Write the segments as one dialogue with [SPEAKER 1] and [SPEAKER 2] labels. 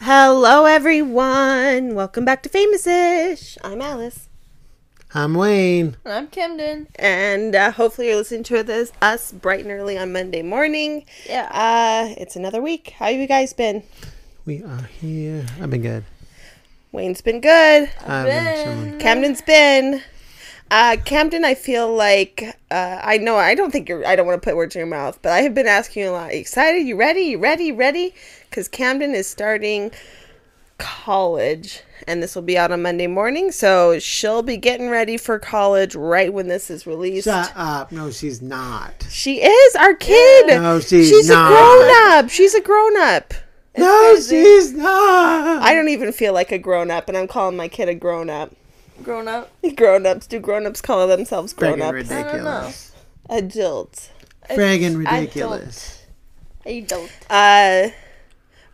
[SPEAKER 1] Hello, everyone. Welcome back to Famous Ish. I'm Alice.
[SPEAKER 2] I'm Wayne.
[SPEAKER 3] I'm Camden.
[SPEAKER 1] And uh, hopefully, you're listening to this us bright and early on Monday morning.
[SPEAKER 3] Yeah.
[SPEAKER 1] Uh, it's another week. How you guys been?
[SPEAKER 2] We are here. I've been good.
[SPEAKER 1] Wayne's been good.
[SPEAKER 2] I've been chilling.
[SPEAKER 1] Camden's been. Uh, Camden, I feel like uh, I know. I don't think you're. I don't want to put words in your mouth, but I have been asking you a lot. You excited? You ready? You ready? Ready? Because Camden is starting college, and this will be out on Monday morning. So she'll be getting ready for college right when this is released.
[SPEAKER 2] Shut up. No, she's not.
[SPEAKER 1] She is our kid.
[SPEAKER 2] No, she's
[SPEAKER 1] a
[SPEAKER 2] not.
[SPEAKER 1] grown up. She's a grown up.
[SPEAKER 2] no, she's not.
[SPEAKER 1] I don't even feel like a grown up, and I'm calling my kid a grown up.
[SPEAKER 3] Grown up.
[SPEAKER 1] Grown ups do grown ups call themselves grown
[SPEAKER 2] Friggin'
[SPEAKER 1] ups?
[SPEAKER 2] ridiculous.
[SPEAKER 1] Adults.
[SPEAKER 2] Friggin'
[SPEAKER 3] I
[SPEAKER 2] ridiculous.
[SPEAKER 3] Adult.
[SPEAKER 1] uh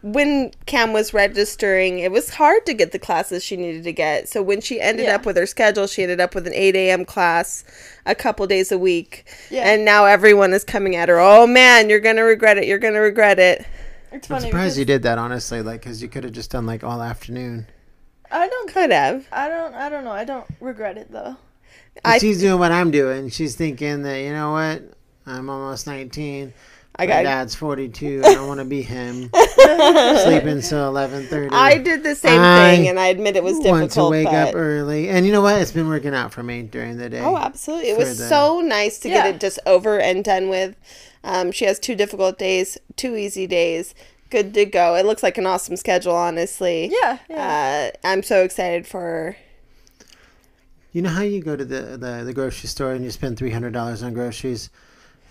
[SPEAKER 1] when Cam was registering, it was hard to get the classes she needed to get. So when she ended
[SPEAKER 3] Yeah.
[SPEAKER 1] up with her schedule, she ended up with an 8 a.m. class a couple days a week.
[SPEAKER 3] Yeah.
[SPEAKER 1] And now everyone is coming at her. Oh man, you're going to regret it. You're going to regret it.
[SPEAKER 3] It's
[SPEAKER 2] I'm
[SPEAKER 3] funny
[SPEAKER 2] surprised you did that, honestly, like, because you could have just done, like, all afternoon.
[SPEAKER 3] because I don't.
[SPEAKER 1] Could have.
[SPEAKER 3] I don't. I don't know. I don't regret it though.
[SPEAKER 2] But
[SPEAKER 1] I-
[SPEAKER 2] she's doing what I'm doing. She's thinking that, you know what? I'm almost 19.
[SPEAKER 1] I
[SPEAKER 2] My
[SPEAKER 1] got
[SPEAKER 2] dad's 42. I don't want to be him. Sleeping till 11.30.
[SPEAKER 1] I did the same
[SPEAKER 2] I
[SPEAKER 1] thing and I admit it was
[SPEAKER 2] want
[SPEAKER 1] difficult.
[SPEAKER 2] to wake
[SPEAKER 1] but...
[SPEAKER 2] up early. And you know what? It's been working out for me during the day.
[SPEAKER 1] Oh, absolutely. It
[SPEAKER 2] for
[SPEAKER 1] was
[SPEAKER 2] the-
[SPEAKER 1] so nice to
[SPEAKER 3] Yeah.
[SPEAKER 1] get it just over and done with. Um, she has two difficult days, two easy days. Good to go. It looks like an awesome schedule, honestly.
[SPEAKER 3] Yeah, yeah.
[SPEAKER 1] Uh, I'm so excited for her.
[SPEAKER 2] You know how you go to the, the, the grocery store and you spend three hundred dollars on groceries.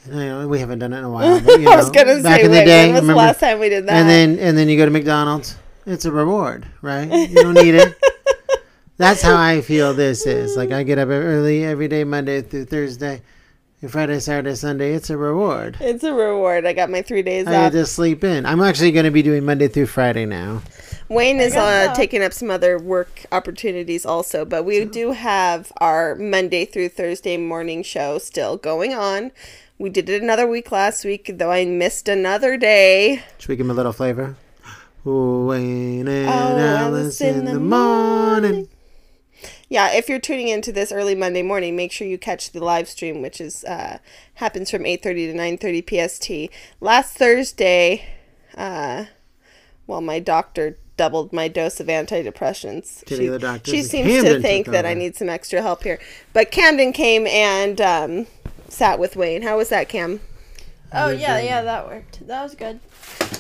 [SPEAKER 2] And, you know, we haven't done it in a while. But, you
[SPEAKER 1] I was
[SPEAKER 2] know,
[SPEAKER 1] gonna
[SPEAKER 2] back
[SPEAKER 1] say,
[SPEAKER 2] in the
[SPEAKER 1] wait,
[SPEAKER 2] day,
[SPEAKER 1] when was
[SPEAKER 2] remember?
[SPEAKER 1] the last time we did that?
[SPEAKER 2] and then and then you go to McDonald's. It's a reward, right? You don't need it. That's how I feel. This is like I get up early every day, Monday through Thursday, and Friday, Saturday, Sunday. It's a reward.
[SPEAKER 1] it's a reward. I got my three days
[SPEAKER 2] I
[SPEAKER 1] off.
[SPEAKER 2] get to sleep in. I'm actually going to be doing Monday through Friday now.
[SPEAKER 1] Wayne is
[SPEAKER 3] guess
[SPEAKER 1] uh,
[SPEAKER 3] so.
[SPEAKER 1] taking up some other work opportunities also, but we do have our Monday through Thursday morning show still going on. We did it another week last week, though I missed another day.
[SPEAKER 2] Should we give him a little flavor? Wayne and
[SPEAKER 1] Oh,
[SPEAKER 2] Alice in the morning.
[SPEAKER 1] Yeah, if you're tuning into this early Monday morning, make sure you catch the live stream, which is uh, happens from 8:30 to 9:30 PST. Last Thursday, uh, well, my doctor doubled my dose of antidepressants.
[SPEAKER 2] Did
[SPEAKER 1] she,
[SPEAKER 2] the doctors
[SPEAKER 1] she
[SPEAKER 2] in
[SPEAKER 1] seems to
[SPEAKER 2] Camden
[SPEAKER 1] think
[SPEAKER 2] took
[SPEAKER 1] that I
[SPEAKER 2] over?
[SPEAKER 1] need some extra help here. But Camden came and um, sat with Wayne. How was that, Cam?
[SPEAKER 3] Oh yeah, yeah. That worked. That was good.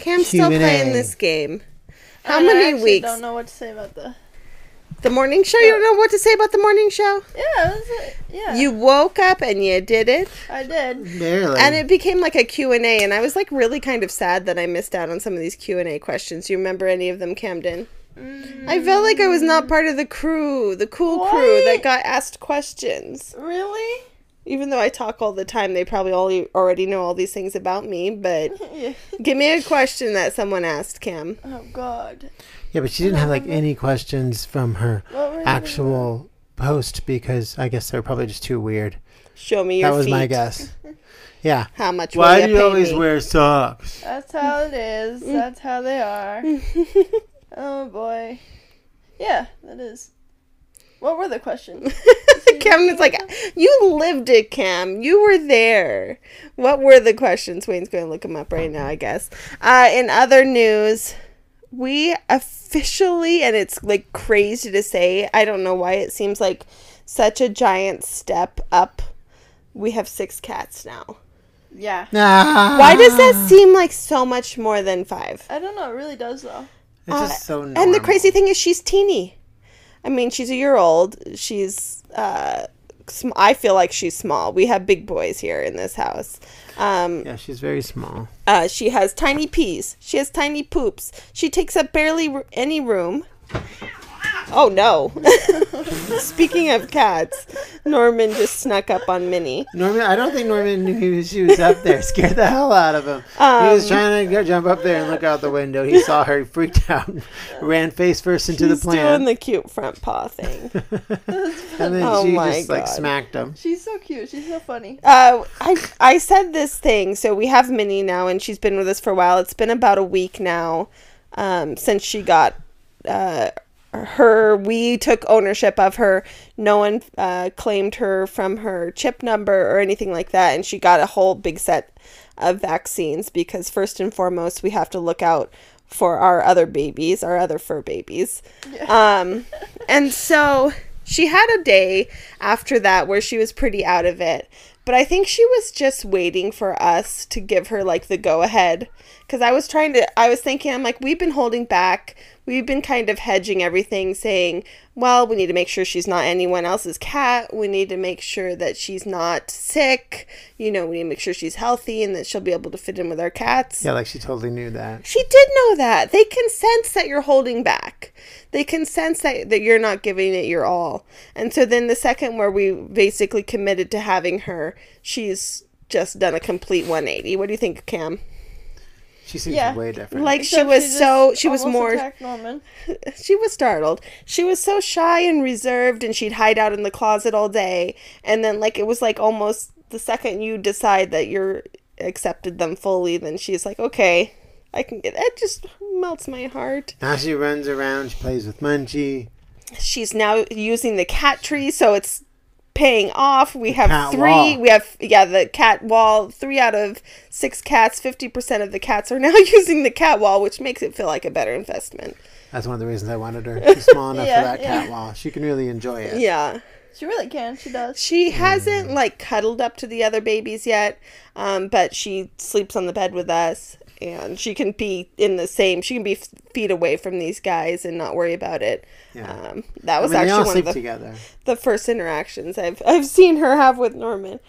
[SPEAKER 1] Cam's still
[SPEAKER 2] Human
[SPEAKER 1] playing
[SPEAKER 2] A.
[SPEAKER 1] this game. How
[SPEAKER 3] Uh, I mean, I
[SPEAKER 1] many
[SPEAKER 3] actually
[SPEAKER 1] weeks?
[SPEAKER 3] Don't know what to say about the.
[SPEAKER 1] The morning show? You don't know what to say about the morning show?
[SPEAKER 3] Yeah. It was a, yeah.
[SPEAKER 1] You woke up and you did it.
[SPEAKER 3] I did.
[SPEAKER 2] Barely.
[SPEAKER 1] and it became like a q&a and i was like really kind of sad that i missed out on some of these q&a questions you remember any of them camden i felt like i was not part of the crew the cool crew that
[SPEAKER 3] What?
[SPEAKER 1] got asked questions
[SPEAKER 3] Really?
[SPEAKER 1] even though i talk all the time they probably all already know all these things about me but
[SPEAKER 3] Yeah.
[SPEAKER 1] give me a question that someone asked cam
[SPEAKER 3] Oh God.
[SPEAKER 2] Yeah, but she didn't have like any questions from her
[SPEAKER 3] What were you
[SPEAKER 2] actual post because I guess they were probably just too weird.
[SPEAKER 1] show me your
[SPEAKER 2] That was
[SPEAKER 1] feet.
[SPEAKER 2] my guess. Yeah.
[SPEAKER 1] how much why do you always wear
[SPEAKER 2] socks?
[SPEAKER 3] That's how it is. That's how they are. oh boy. Yeah, that is. What were the questions?
[SPEAKER 1] Camden's like, you lived it, Cam. You were there. What were the questions? Wayne's going to look them up right now, I guess. Uh, in other news, we officially, and it's like crazy to say, I don't know why it seems like such a giant step up. We have six cats now.
[SPEAKER 3] yeah.
[SPEAKER 1] Why does that seem like so much more than five?
[SPEAKER 3] I don't know. It really does though.
[SPEAKER 2] It's just so normal.
[SPEAKER 1] And the crazy thing is, she's teeny. I mean, she's a year old. She's, uh, sm- I feel like she's small. We have big boys here in this house. Um,
[SPEAKER 2] Yeah, she's very small.
[SPEAKER 1] uh, she has tiny pees. She has tiny poops. She takes up barely r- any room. Oh no. Speaking of cats, Norman just snuck up on Minnie.
[SPEAKER 2] Norman, I don't think Norman knew he was- she was up there. Scared the hell out of him. he was trying to go, jump up there and look out the window. He saw her, he freaked out, ran face first into the
[SPEAKER 1] He's doing
[SPEAKER 2] plant,
[SPEAKER 1] the cute front paw thing.
[SPEAKER 2] and then
[SPEAKER 1] Oh
[SPEAKER 2] she
[SPEAKER 1] my
[SPEAKER 2] just like
[SPEAKER 1] God.
[SPEAKER 2] smacked him.
[SPEAKER 3] She's so cute. She's so funny.
[SPEAKER 1] Uh, I I said this thing. So we have Minnie now, and she's been with us for a while. It's been about a week now. um, since she got uh, her, we took ownership of her. No one uh, claimed her from her chip number or anything like that. And she got a whole big set of vaccines because, first and foremost, we have to look out for our other babies, our other fur babies. Um, and so she had a day after that where she was pretty out of it. But I think she was just waiting for us to give her like the go ahead. Cause I was trying to, I was thinking, I'm like, we've been holding back. We've been kind of hedging everything, saying, well, we need to make sure she's not anyone else's cat. We need to make sure that she's not sick. You know, we need to make sure she's healthy and that she'll be able to fit in with our cats.
[SPEAKER 2] Yeah, like she totally knew that.
[SPEAKER 1] She did know that. They can sense that you're holding back. They can sense that, that you're not giving it your all. And so then the second where we basically committed to having her, she's just done a complete 180. What do you think, Cam?
[SPEAKER 2] She seems
[SPEAKER 3] Yeah.
[SPEAKER 2] way different.
[SPEAKER 1] Like she
[SPEAKER 3] Except
[SPEAKER 1] was
[SPEAKER 3] just
[SPEAKER 1] so she was
[SPEAKER 3] almost
[SPEAKER 1] more
[SPEAKER 3] attacked Norman.
[SPEAKER 1] she was startled. She was so shy and reserved and she'd hide out in the closet all day and then like it was like almost the second you decide that you're accepted them fully then she's like, "Okay, I can get that just melts my heart."
[SPEAKER 2] now she runs around. She plays with Munchie.
[SPEAKER 1] she's now using the cat tree so it's paying off we have
[SPEAKER 2] cat
[SPEAKER 1] three
[SPEAKER 2] wall.
[SPEAKER 1] we have yeah the cat wall three out of six cats 50% of the cats are now using the cat wall which makes it feel like a better investment
[SPEAKER 2] That's one of the reasons I wanted her. She's small enough
[SPEAKER 3] Yeah,
[SPEAKER 2] for that
[SPEAKER 3] yeah.
[SPEAKER 2] cat wall. She can really enjoy it.
[SPEAKER 1] yeah
[SPEAKER 3] She really can. She does.
[SPEAKER 1] she
[SPEAKER 2] Mm.
[SPEAKER 1] hasn't like cuddled up to the other babies yet um, but she sleeps on the bed with us and she can be in the same she can be f- feet away from these guys and not worry about it
[SPEAKER 2] Yeah.
[SPEAKER 1] um, that
[SPEAKER 2] I
[SPEAKER 1] was
[SPEAKER 2] mean, they
[SPEAKER 1] actually
[SPEAKER 2] all
[SPEAKER 1] one of
[SPEAKER 2] sleep
[SPEAKER 1] the
[SPEAKER 2] together.
[SPEAKER 1] the first interactions I've I've seen her have with Norman.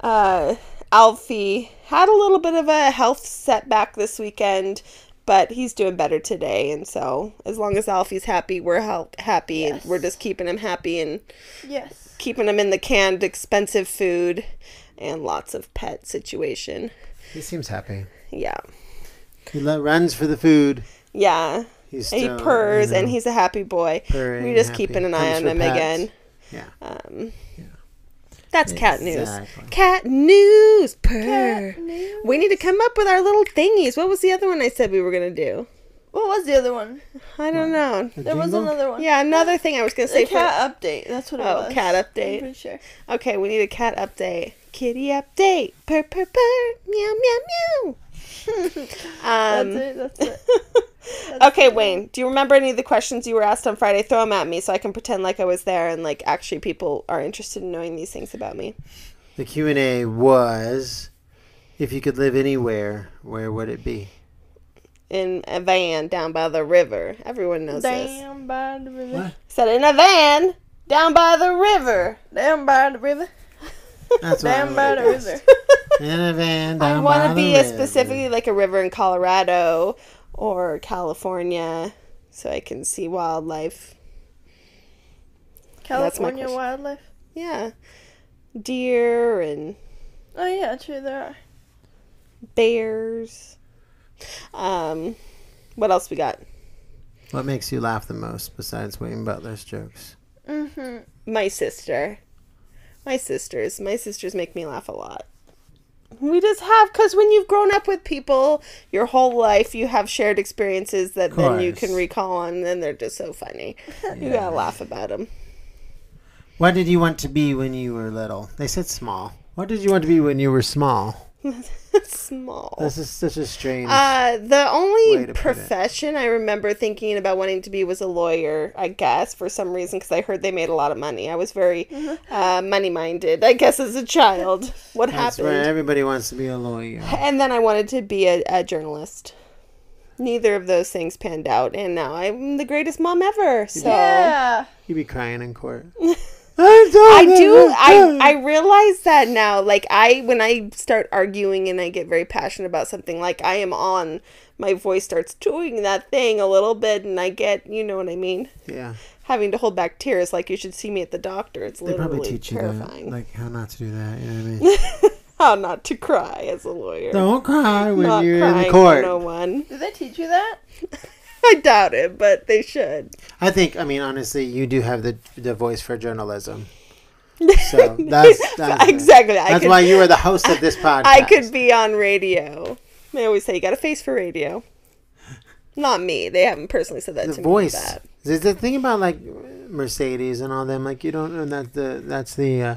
[SPEAKER 1] Uh, Alfie had a little bit of a health setback this weekend, but he's doing better today. And so, as long as Alfie's happy, we're hel- happy, and we're just keeping him happy and
[SPEAKER 3] Yes.
[SPEAKER 1] keeping him in the canned, expensive food and lots of pet situation.
[SPEAKER 2] He seems happy.
[SPEAKER 1] Yeah,
[SPEAKER 2] He lo- runs for the food.
[SPEAKER 1] yeah.
[SPEAKER 2] He's
[SPEAKER 1] And he
[SPEAKER 2] still,
[SPEAKER 1] purrs,
[SPEAKER 2] you
[SPEAKER 1] and
[SPEAKER 2] know,
[SPEAKER 1] he's a happy boy.
[SPEAKER 2] purring,
[SPEAKER 1] We're just
[SPEAKER 2] happy.
[SPEAKER 1] keeping an eye
[SPEAKER 2] Comes
[SPEAKER 1] on
[SPEAKER 2] for
[SPEAKER 1] him
[SPEAKER 2] pets.
[SPEAKER 1] again.
[SPEAKER 2] Yeah.
[SPEAKER 1] Um, That's cat news.
[SPEAKER 2] Exactly.
[SPEAKER 1] Cat news. Purr.
[SPEAKER 3] news.
[SPEAKER 1] We need to come up with our little thingies. What was the other one I said we were gonna do?
[SPEAKER 3] What was the other one?
[SPEAKER 1] I don't know.
[SPEAKER 2] A
[SPEAKER 3] There was
[SPEAKER 2] jingle?
[SPEAKER 3] another one.
[SPEAKER 1] Yeah, another thing I was gonna say.
[SPEAKER 3] The
[SPEAKER 1] for-
[SPEAKER 3] cat update. That's what it
[SPEAKER 1] Oh,
[SPEAKER 3] was.
[SPEAKER 1] cat
[SPEAKER 3] I'm
[SPEAKER 1] update.
[SPEAKER 3] pretty sure.
[SPEAKER 1] okay, we need a cat update. Kitty update. Purr purr purr. Meow meow meow.
[SPEAKER 3] That's
[SPEAKER 1] um.
[SPEAKER 3] it. That's it.
[SPEAKER 1] okay, Wayne. Do you remember any of the questions you were asked on Friday? Throw them at me so I can pretend like I was there and like actually people are interested in knowing these things about me.
[SPEAKER 2] The Q and A was, if you could live anywhere, where would it be?
[SPEAKER 1] In a van down by the river. Everyone knows this.
[SPEAKER 3] Damn by the river.
[SPEAKER 2] What?
[SPEAKER 1] Said in a van down by the river.
[SPEAKER 3] Damn by the river.
[SPEAKER 2] That's what I
[SPEAKER 3] Damn by the
[SPEAKER 2] would've
[SPEAKER 3] river.
[SPEAKER 2] guessed. In a van
[SPEAKER 1] I
[SPEAKER 2] down
[SPEAKER 1] want
[SPEAKER 2] by
[SPEAKER 1] to
[SPEAKER 2] the
[SPEAKER 1] be a
[SPEAKER 2] river.
[SPEAKER 1] specifically like a river in Colorado or California so I can see wildlife. That's my
[SPEAKER 3] California
[SPEAKER 1] question.
[SPEAKER 3] wildlife.
[SPEAKER 1] Yeah. Deer and
[SPEAKER 3] Oh yeah, true. There are.
[SPEAKER 1] bears. Um what else we got?
[SPEAKER 2] What makes you laugh the most besides Wayne Butler's jokes?
[SPEAKER 3] Mm-hmm.
[SPEAKER 1] My sister. My sisters. My sisters make me laugh a lot. We just have cuz when you've grown up with people your whole life you have shared experiences that then you can
[SPEAKER 2] Course.
[SPEAKER 1] recall and then they're just so funny. You got
[SPEAKER 2] Yeah.
[SPEAKER 1] to laugh about them.
[SPEAKER 2] What did you want to be when you were little? They said small. What did you want to be when you were small?
[SPEAKER 1] small.
[SPEAKER 2] This is such a strange.
[SPEAKER 1] Uh, the
[SPEAKER 2] Way
[SPEAKER 1] only
[SPEAKER 2] to put it.
[SPEAKER 1] profession I remember thinking about wanting to be was a lawyer, I guess, for some reason, because I heard they made a lot of money. I was very
[SPEAKER 2] Mm-hmm.
[SPEAKER 1] uh, money minded, I guess, as a child. What
[SPEAKER 2] That's
[SPEAKER 1] happened?
[SPEAKER 2] where everybody wants to be a lawyer.
[SPEAKER 1] And then I wanted to be a, a journalist. Neither of those things panned out, and now I'm the greatest mom ever. So.
[SPEAKER 3] Yeah.
[SPEAKER 2] You'd be crying in court.
[SPEAKER 1] I
[SPEAKER 2] I
[SPEAKER 1] do. I I realize that now. Like I, when I start arguing and I get very passionate about something, like I am on, my voice starts doing that thing a little bit, and I get, you know what I mean,
[SPEAKER 2] Yeah,
[SPEAKER 1] having to hold back tears. Like you should see me at the doctor. It's
[SPEAKER 2] they
[SPEAKER 1] literally
[SPEAKER 2] probably teach you
[SPEAKER 1] terrifying.
[SPEAKER 2] that, like how not to do that. You know what I mean?
[SPEAKER 1] How not to cry as a lawyer.
[SPEAKER 2] Don't cry when
[SPEAKER 1] not
[SPEAKER 2] you're
[SPEAKER 1] crying
[SPEAKER 2] in
[SPEAKER 1] for
[SPEAKER 2] court.
[SPEAKER 1] no one.
[SPEAKER 3] Did they teach you that?
[SPEAKER 1] I doubt it, but they should.
[SPEAKER 2] I think. I mean, honestly, you do have the the voice for journalism. So that's, that's
[SPEAKER 1] exactly. I
[SPEAKER 2] That's
[SPEAKER 1] could,
[SPEAKER 2] why you are the host of this podcast.
[SPEAKER 1] I could be on radio. They always say you got a face for radio. Not me. They haven't personally said that
[SPEAKER 2] the
[SPEAKER 1] to
[SPEAKER 2] voice.
[SPEAKER 1] me. That.
[SPEAKER 2] There's the thing about like Mercedes and all them. Like you don't know that the that's the uh,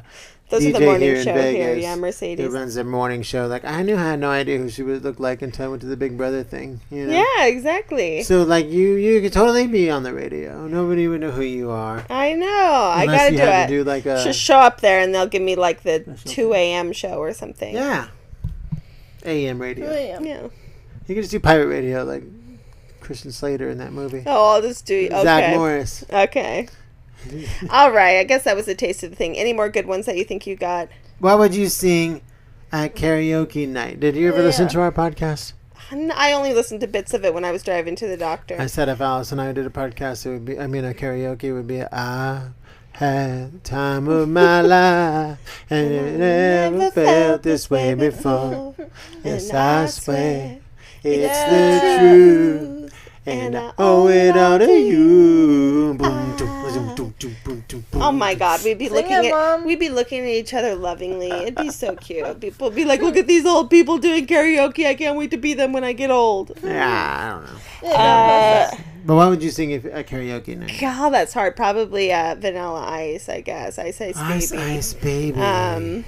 [SPEAKER 1] Those
[SPEAKER 2] DJ
[SPEAKER 1] are the morning
[SPEAKER 2] here in
[SPEAKER 1] show here.
[SPEAKER 2] Vegas.
[SPEAKER 1] Yeah, Mercedes.
[SPEAKER 2] who runs their morning show. Like I knew I had no idea who she would look like until I went to the Big Brother thing. You know?
[SPEAKER 1] Yeah, exactly.
[SPEAKER 2] So like you you could totally be on the radio. Nobody would know who you are.
[SPEAKER 1] I know. I
[SPEAKER 2] Unless
[SPEAKER 1] gotta
[SPEAKER 2] you
[SPEAKER 1] do
[SPEAKER 2] had
[SPEAKER 1] it.
[SPEAKER 2] to do like a
[SPEAKER 1] Just show up there and they'll give me like the
[SPEAKER 2] Special
[SPEAKER 1] 2 a.m. show or something.
[SPEAKER 2] yeah. AM
[SPEAKER 3] Oh,
[SPEAKER 2] radio.
[SPEAKER 3] yeah.
[SPEAKER 1] Yeah.
[SPEAKER 2] You could just do pirate radio like Christian Slater in that movie.
[SPEAKER 1] Oh, I'll just do. Okay.
[SPEAKER 2] Zach Morris.
[SPEAKER 1] Okay. All right. I guess that was a taste of the thing. Any more good ones that you think you got?
[SPEAKER 2] What would you sing at karaoke night? Did you ever
[SPEAKER 3] Yeah.
[SPEAKER 2] listen to our podcast?
[SPEAKER 1] N- I only listened to bits of it when I was driving to the doctor.
[SPEAKER 2] I said if Alice and I did a podcast, it would be, I mean, a karaoke would be, I had the time of my life, and it never felt this way before. Yes, I swear, it's the
[SPEAKER 3] Yeah.
[SPEAKER 2] truth, and I owe it all to you. Ah. Boom, doom, boom, doom, doom, boom, doom, boom.
[SPEAKER 1] Oh my God, we'd be
[SPEAKER 3] Sing
[SPEAKER 1] looking
[SPEAKER 3] it,
[SPEAKER 1] at
[SPEAKER 3] Mom.
[SPEAKER 1] we'd be looking at each other lovingly. It'd be so cute. People would be like, "Look at these old people doing karaoke. I can't wait to be them when I get old."
[SPEAKER 2] Yeah, I don't know.
[SPEAKER 3] Yeah,
[SPEAKER 1] Uh,
[SPEAKER 2] But what would you sing if, at karaoke night?
[SPEAKER 1] God, that's hard. Probably uh, Vanilla Ice, I guess. Ice Ice Baby.
[SPEAKER 2] Ice, ice, baby.
[SPEAKER 1] Um,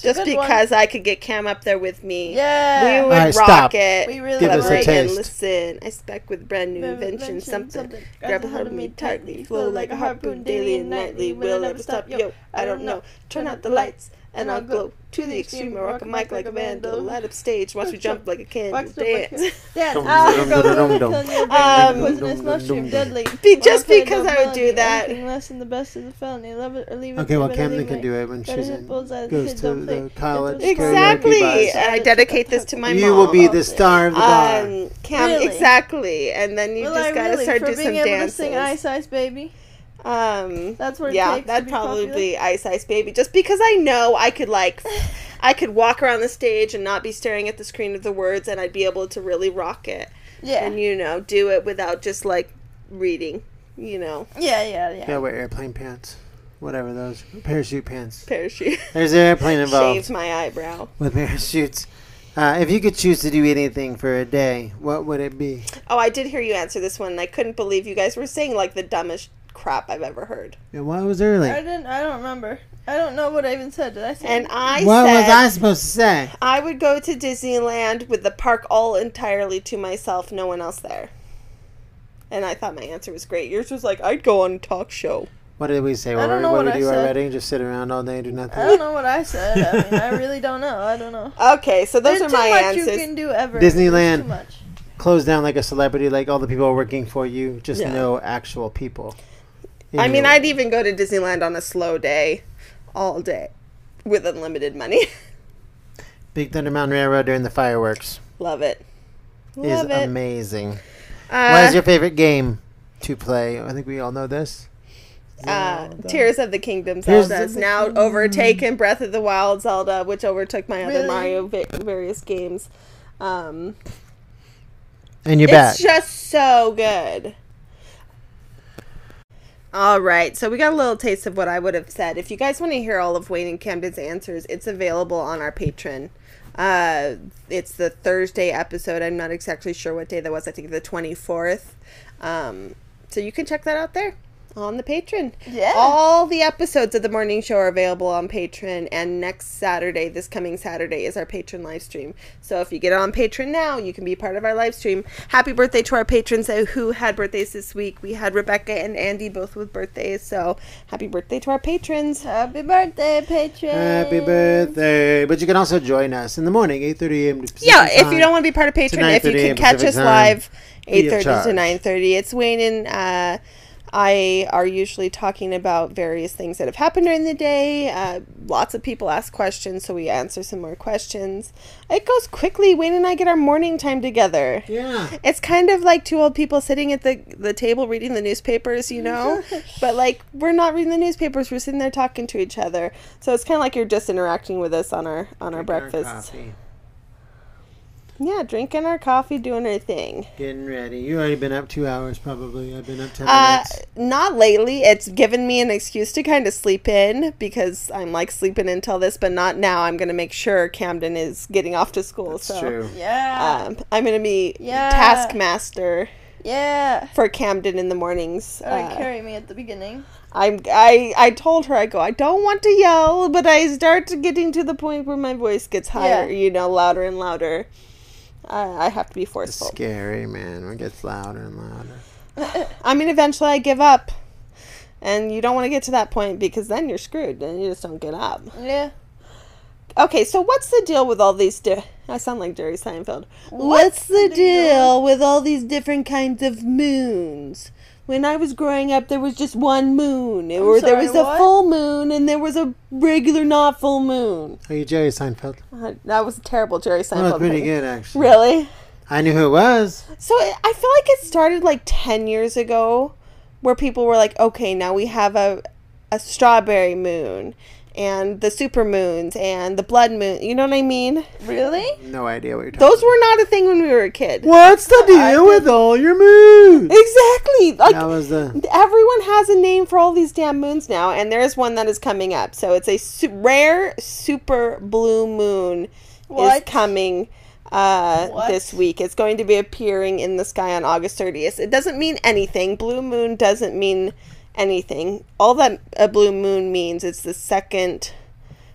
[SPEAKER 1] just
[SPEAKER 3] good one.
[SPEAKER 1] because I could get Cam up there with me.
[SPEAKER 3] yeah.
[SPEAKER 1] We would
[SPEAKER 2] Alright,
[SPEAKER 1] rock
[SPEAKER 2] stop.
[SPEAKER 1] it.
[SPEAKER 3] We really
[SPEAKER 2] Give us a
[SPEAKER 1] collaborate and
[SPEAKER 2] taste.
[SPEAKER 1] listen. I spec with brand new invention, something. Grab a hold of me tightly, flow like a harpoon daily and nightly. Will never stop, yo. I don't know. Turn out the lights and I'll glow to the extreme. I rock a mic like a vandal. Light up stage, watch me jump like a candle.
[SPEAKER 3] Wax up like
[SPEAKER 1] Dance.
[SPEAKER 3] Dance.
[SPEAKER 2] Dum,
[SPEAKER 3] Ah,
[SPEAKER 2] dum,
[SPEAKER 3] go,
[SPEAKER 2] dum,
[SPEAKER 3] go,
[SPEAKER 2] dum,
[SPEAKER 3] go,
[SPEAKER 2] dum.
[SPEAKER 3] kill your brain,
[SPEAKER 1] Um,
[SPEAKER 2] Dum,
[SPEAKER 3] poisonous
[SPEAKER 2] dum,
[SPEAKER 3] mushroom,
[SPEAKER 2] dum,
[SPEAKER 3] deadly.
[SPEAKER 1] Be-
[SPEAKER 3] Wanna
[SPEAKER 1] just
[SPEAKER 3] play
[SPEAKER 1] because
[SPEAKER 3] dumb
[SPEAKER 1] I would do
[SPEAKER 3] money,
[SPEAKER 1] that.
[SPEAKER 3] anything less than the best is a felony. Love it or leave it.
[SPEAKER 2] Okay, well,
[SPEAKER 3] keep it or
[SPEAKER 2] Camden
[SPEAKER 3] leave
[SPEAKER 2] can
[SPEAKER 3] it.
[SPEAKER 2] do it when she's in. goes to the college
[SPEAKER 1] Exactly.
[SPEAKER 2] Karaoke bus.
[SPEAKER 1] And I dedicate this to my
[SPEAKER 2] you
[SPEAKER 1] mom.
[SPEAKER 2] will be the
[SPEAKER 3] loves it.
[SPEAKER 2] star of the bar.
[SPEAKER 1] um, Cam,
[SPEAKER 3] Really?
[SPEAKER 1] exactly. And then you
[SPEAKER 3] Will
[SPEAKER 1] just
[SPEAKER 3] I
[SPEAKER 1] gotta
[SPEAKER 3] really?
[SPEAKER 1] start
[SPEAKER 3] for
[SPEAKER 1] doing
[SPEAKER 3] being
[SPEAKER 1] some
[SPEAKER 3] able
[SPEAKER 1] dances.
[SPEAKER 3] to sing Ice Ice Baby.
[SPEAKER 1] Um,
[SPEAKER 3] That's what it
[SPEAKER 1] yeah,
[SPEAKER 3] takes to
[SPEAKER 1] that'd
[SPEAKER 3] be
[SPEAKER 1] probably
[SPEAKER 3] popular?
[SPEAKER 1] be Ice Ice Baby. Just because I know I could like, I could walk around the stage and not be staring at the screen of the words, and I'd be able to really rock it,
[SPEAKER 3] Yeah.
[SPEAKER 1] and you know, do it without just like reading, you know,
[SPEAKER 3] yeah, yeah, yeah.
[SPEAKER 2] Yeah, wear airplane pants. Whatever those. Parachute pants.
[SPEAKER 1] parachute.
[SPEAKER 2] There's an airplane
[SPEAKER 1] Shaved
[SPEAKER 2] involved
[SPEAKER 1] my eyebrow.
[SPEAKER 2] with parachutes. Uh, if you could choose to do anything for a day, what would it be?
[SPEAKER 1] Oh, I did hear you answer this one. and I couldn't believe you guys were saying like the dumbest crap I've ever heard.
[SPEAKER 2] And what was early?
[SPEAKER 3] I didn't. I don't remember. I don't know what I even said. Did I say?
[SPEAKER 1] And I
[SPEAKER 2] what
[SPEAKER 1] said,
[SPEAKER 2] was I supposed to say?
[SPEAKER 1] I would go to Disneyland with the park all entirely to myself, no one else there. And I thought my answer was great. Yours was like, I'd go on a talk show.
[SPEAKER 2] What did we say?
[SPEAKER 3] I
[SPEAKER 2] What,
[SPEAKER 3] don't know
[SPEAKER 2] what,
[SPEAKER 3] what
[SPEAKER 2] we
[SPEAKER 3] I
[SPEAKER 2] do
[SPEAKER 3] said. Uh.
[SPEAKER 2] already? Just sit around all day and do nothing?
[SPEAKER 3] I don't know what I said. I mean, I really don't know. I don't know.
[SPEAKER 1] Okay, so those
[SPEAKER 3] There's
[SPEAKER 1] are my
[SPEAKER 3] too much you
[SPEAKER 1] answers.
[SPEAKER 3] can do ever.
[SPEAKER 2] Disneyland.
[SPEAKER 3] There's Too much.
[SPEAKER 2] Close down like a celebrity, like all the people working for you, just
[SPEAKER 1] Yeah.
[SPEAKER 2] no actual people.
[SPEAKER 1] I mean,
[SPEAKER 2] I.
[SPEAKER 1] I'd even go to Disneyland on a slow day, all day, with unlimited money.
[SPEAKER 2] Big Thunder Mountain Railroad during the fireworks
[SPEAKER 1] Love it.
[SPEAKER 2] is
[SPEAKER 1] Love it.
[SPEAKER 2] amazing.
[SPEAKER 1] Uh,
[SPEAKER 2] what is your favorite game to play? I think we all know this.
[SPEAKER 1] uh, Tears of the Kingdom
[SPEAKER 2] Tears
[SPEAKER 1] Zelda
[SPEAKER 2] of
[SPEAKER 1] is
[SPEAKER 2] the
[SPEAKER 1] now overtaken Breath of the Wild Zelda, which overtook my other
[SPEAKER 3] Really?
[SPEAKER 1] Mario va- various games. Um,
[SPEAKER 2] And you're back.
[SPEAKER 1] It's just so good. All right, so we got a little taste of what I would have said. If you guys want to hear all of Wayne and Camden's answers, it's available on our Patreon. Uh, it's the Thursday episode. I'm not exactly sure what day that was. I think the 24th. Um, so you can check that out there on the Patreon.
[SPEAKER 3] Yeah.
[SPEAKER 1] All the episodes of the morning show are available on Patreon, and next Saturday, this coming Saturday, is our Patreon live stream. So if you get on Patreon now, you can be part of our live stream. Happy birthday to our patrons uh, who had birthdays this week. We had Rebecca and Andy both with birthdays, so happy birthday to our patrons. Uh,
[SPEAKER 3] Happy birthday, Patreon.
[SPEAKER 2] Happy birthday! But you can also join us in the morning, 8:30 a.m. Pacific
[SPEAKER 1] Yeah, if you
[SPEAKER 2] time.
[SPEAKER 1] don't want to be part of Patreon, if you can
[SPEAKER 2] 9:30 Pacific
[SPEAKER 1] catch us
[SPEAKER 2] time,
[SPEAKER 1] live
[SPEAKER 2] free of
[SPEAKER 1] 8.30 to
[SPEAKER 2] charge.
[SPEAKER 1] 9.30. It's Wayne and uh, I are usually talking about various things that have happened during the day. Uh, lots of people ask questions, so we answer some more questions. It goes quickly. Wayne and I get our morning time together.
[SPEAKER 2] Yeah.
[SPEAKER 1] It's kind of like two old people sitting at the, the table reading the newspapers, you know? but like, we're not reading the newspapers, we're sitting there talking to each other. So it's kind of like you're just interacting with us on our on our
[SPEAKER 2] Drink our
[SPEAKER 1] breakfasts.
[SPEAKER 2] coffee.
[SPEAKER 1] Yeah, drinking our coffee, doing our thing.
[SPEAKER 2] Getting ready. You already been up two hours probably. I've been up ten
[SPEAKER 1] Uh,
[SPEAKER 2] minutes.
[SPEAKER 1] not lately. It's given me an excuse to kind of sleep in because I'm like sleeping until this, but not now. I'm gonna make sure Camden is getting off to school.
[SPEAKER 2] That's
[SPEAKER 1] so
[SPEAKER 2] true.
[SPEAKER 3] Yeah.
[SPEAKER 1] Um, I'm gonna be
[SPEAKER 3] Yeah.
[SPEAKER 1] taskmaster
[SPEAKER 3] yeah.
[SPEAKER 1] for Camden in the mornings.
[SPEAKER 3] Alright,
[SPEAKER 1] Uh,
[SPEAKER 3] carry me at the beginning.
[SPEAKER 1] I'm I I told her I go I don't want to yell, but I start getting to the point where my voice gets higher,
[SPEAKER 3] Yeah.
[SPEAKER 1] you know, louder and louder. I, I have to be
[SPEAKER 2] It's
[SPEAKER 1] forceful.
[SPEAKER 2] scary, man. It gets louder and louder.
[SPEAKER 1] I mean, eventually I give up, and you don't want to get to that point because then you're screwed and you just don't get up.
[SPEAKER 3] Yeah.
[SPEAKER 1] Okay, so what's the deal with all these? Di- I sound like Jerry Seinfeld. What's, the deal? with all these different kinds of moons? When I was growing up, there was just one moon, or there
[SPEAKER 3] sorry,
[SPEAKER 1] was a
[SPEAKER 3] what?
[SPEAKER 1] full moon, and there was a regular, not full moon.
[SPEAKER 2] Are you Jerry Seinfeld?
[SPEAKER 1] Uh, That was a terrible Jerry Seinfeld.
[SPEAKER 2] That was pretty
[SPEAKER 1] thing.
[SPEAKER 2] good, actually.
[SPEAKER 1] Really?
[SPEAKER 2] I knew who it was.
[SPEAKER 1] So I I feel like it started like 10 years ago where people were like, okay, now we have a, a strawberry moon and the super moons and the blood moon. You know what I mean?
[SPEAKER 3] Really?
[SPEAKER 2] No idea what you're talking.
[SPEAKER 1] Those were not a thing when we were a kid.
[SPEAKER 2] What's the deal with all your moons?
[SPEAKER 1] Exactly. Like
[SPEAKER 2] That was the.
[SPEAKER 1] everyone has a name for all these damn moons now and there is one that is coming up. So it's a su- rare super blue moon is
[SPEAKER 3] What?
[SPEAKER 1] coming uh,
[SPEAKER 3] What?
[SPEAKER 1] this week. It's going to be appearing in the sky on August 30th. It doesn't mean anything. Blue moon doesn't mean anything. All that a blue moon means it's the second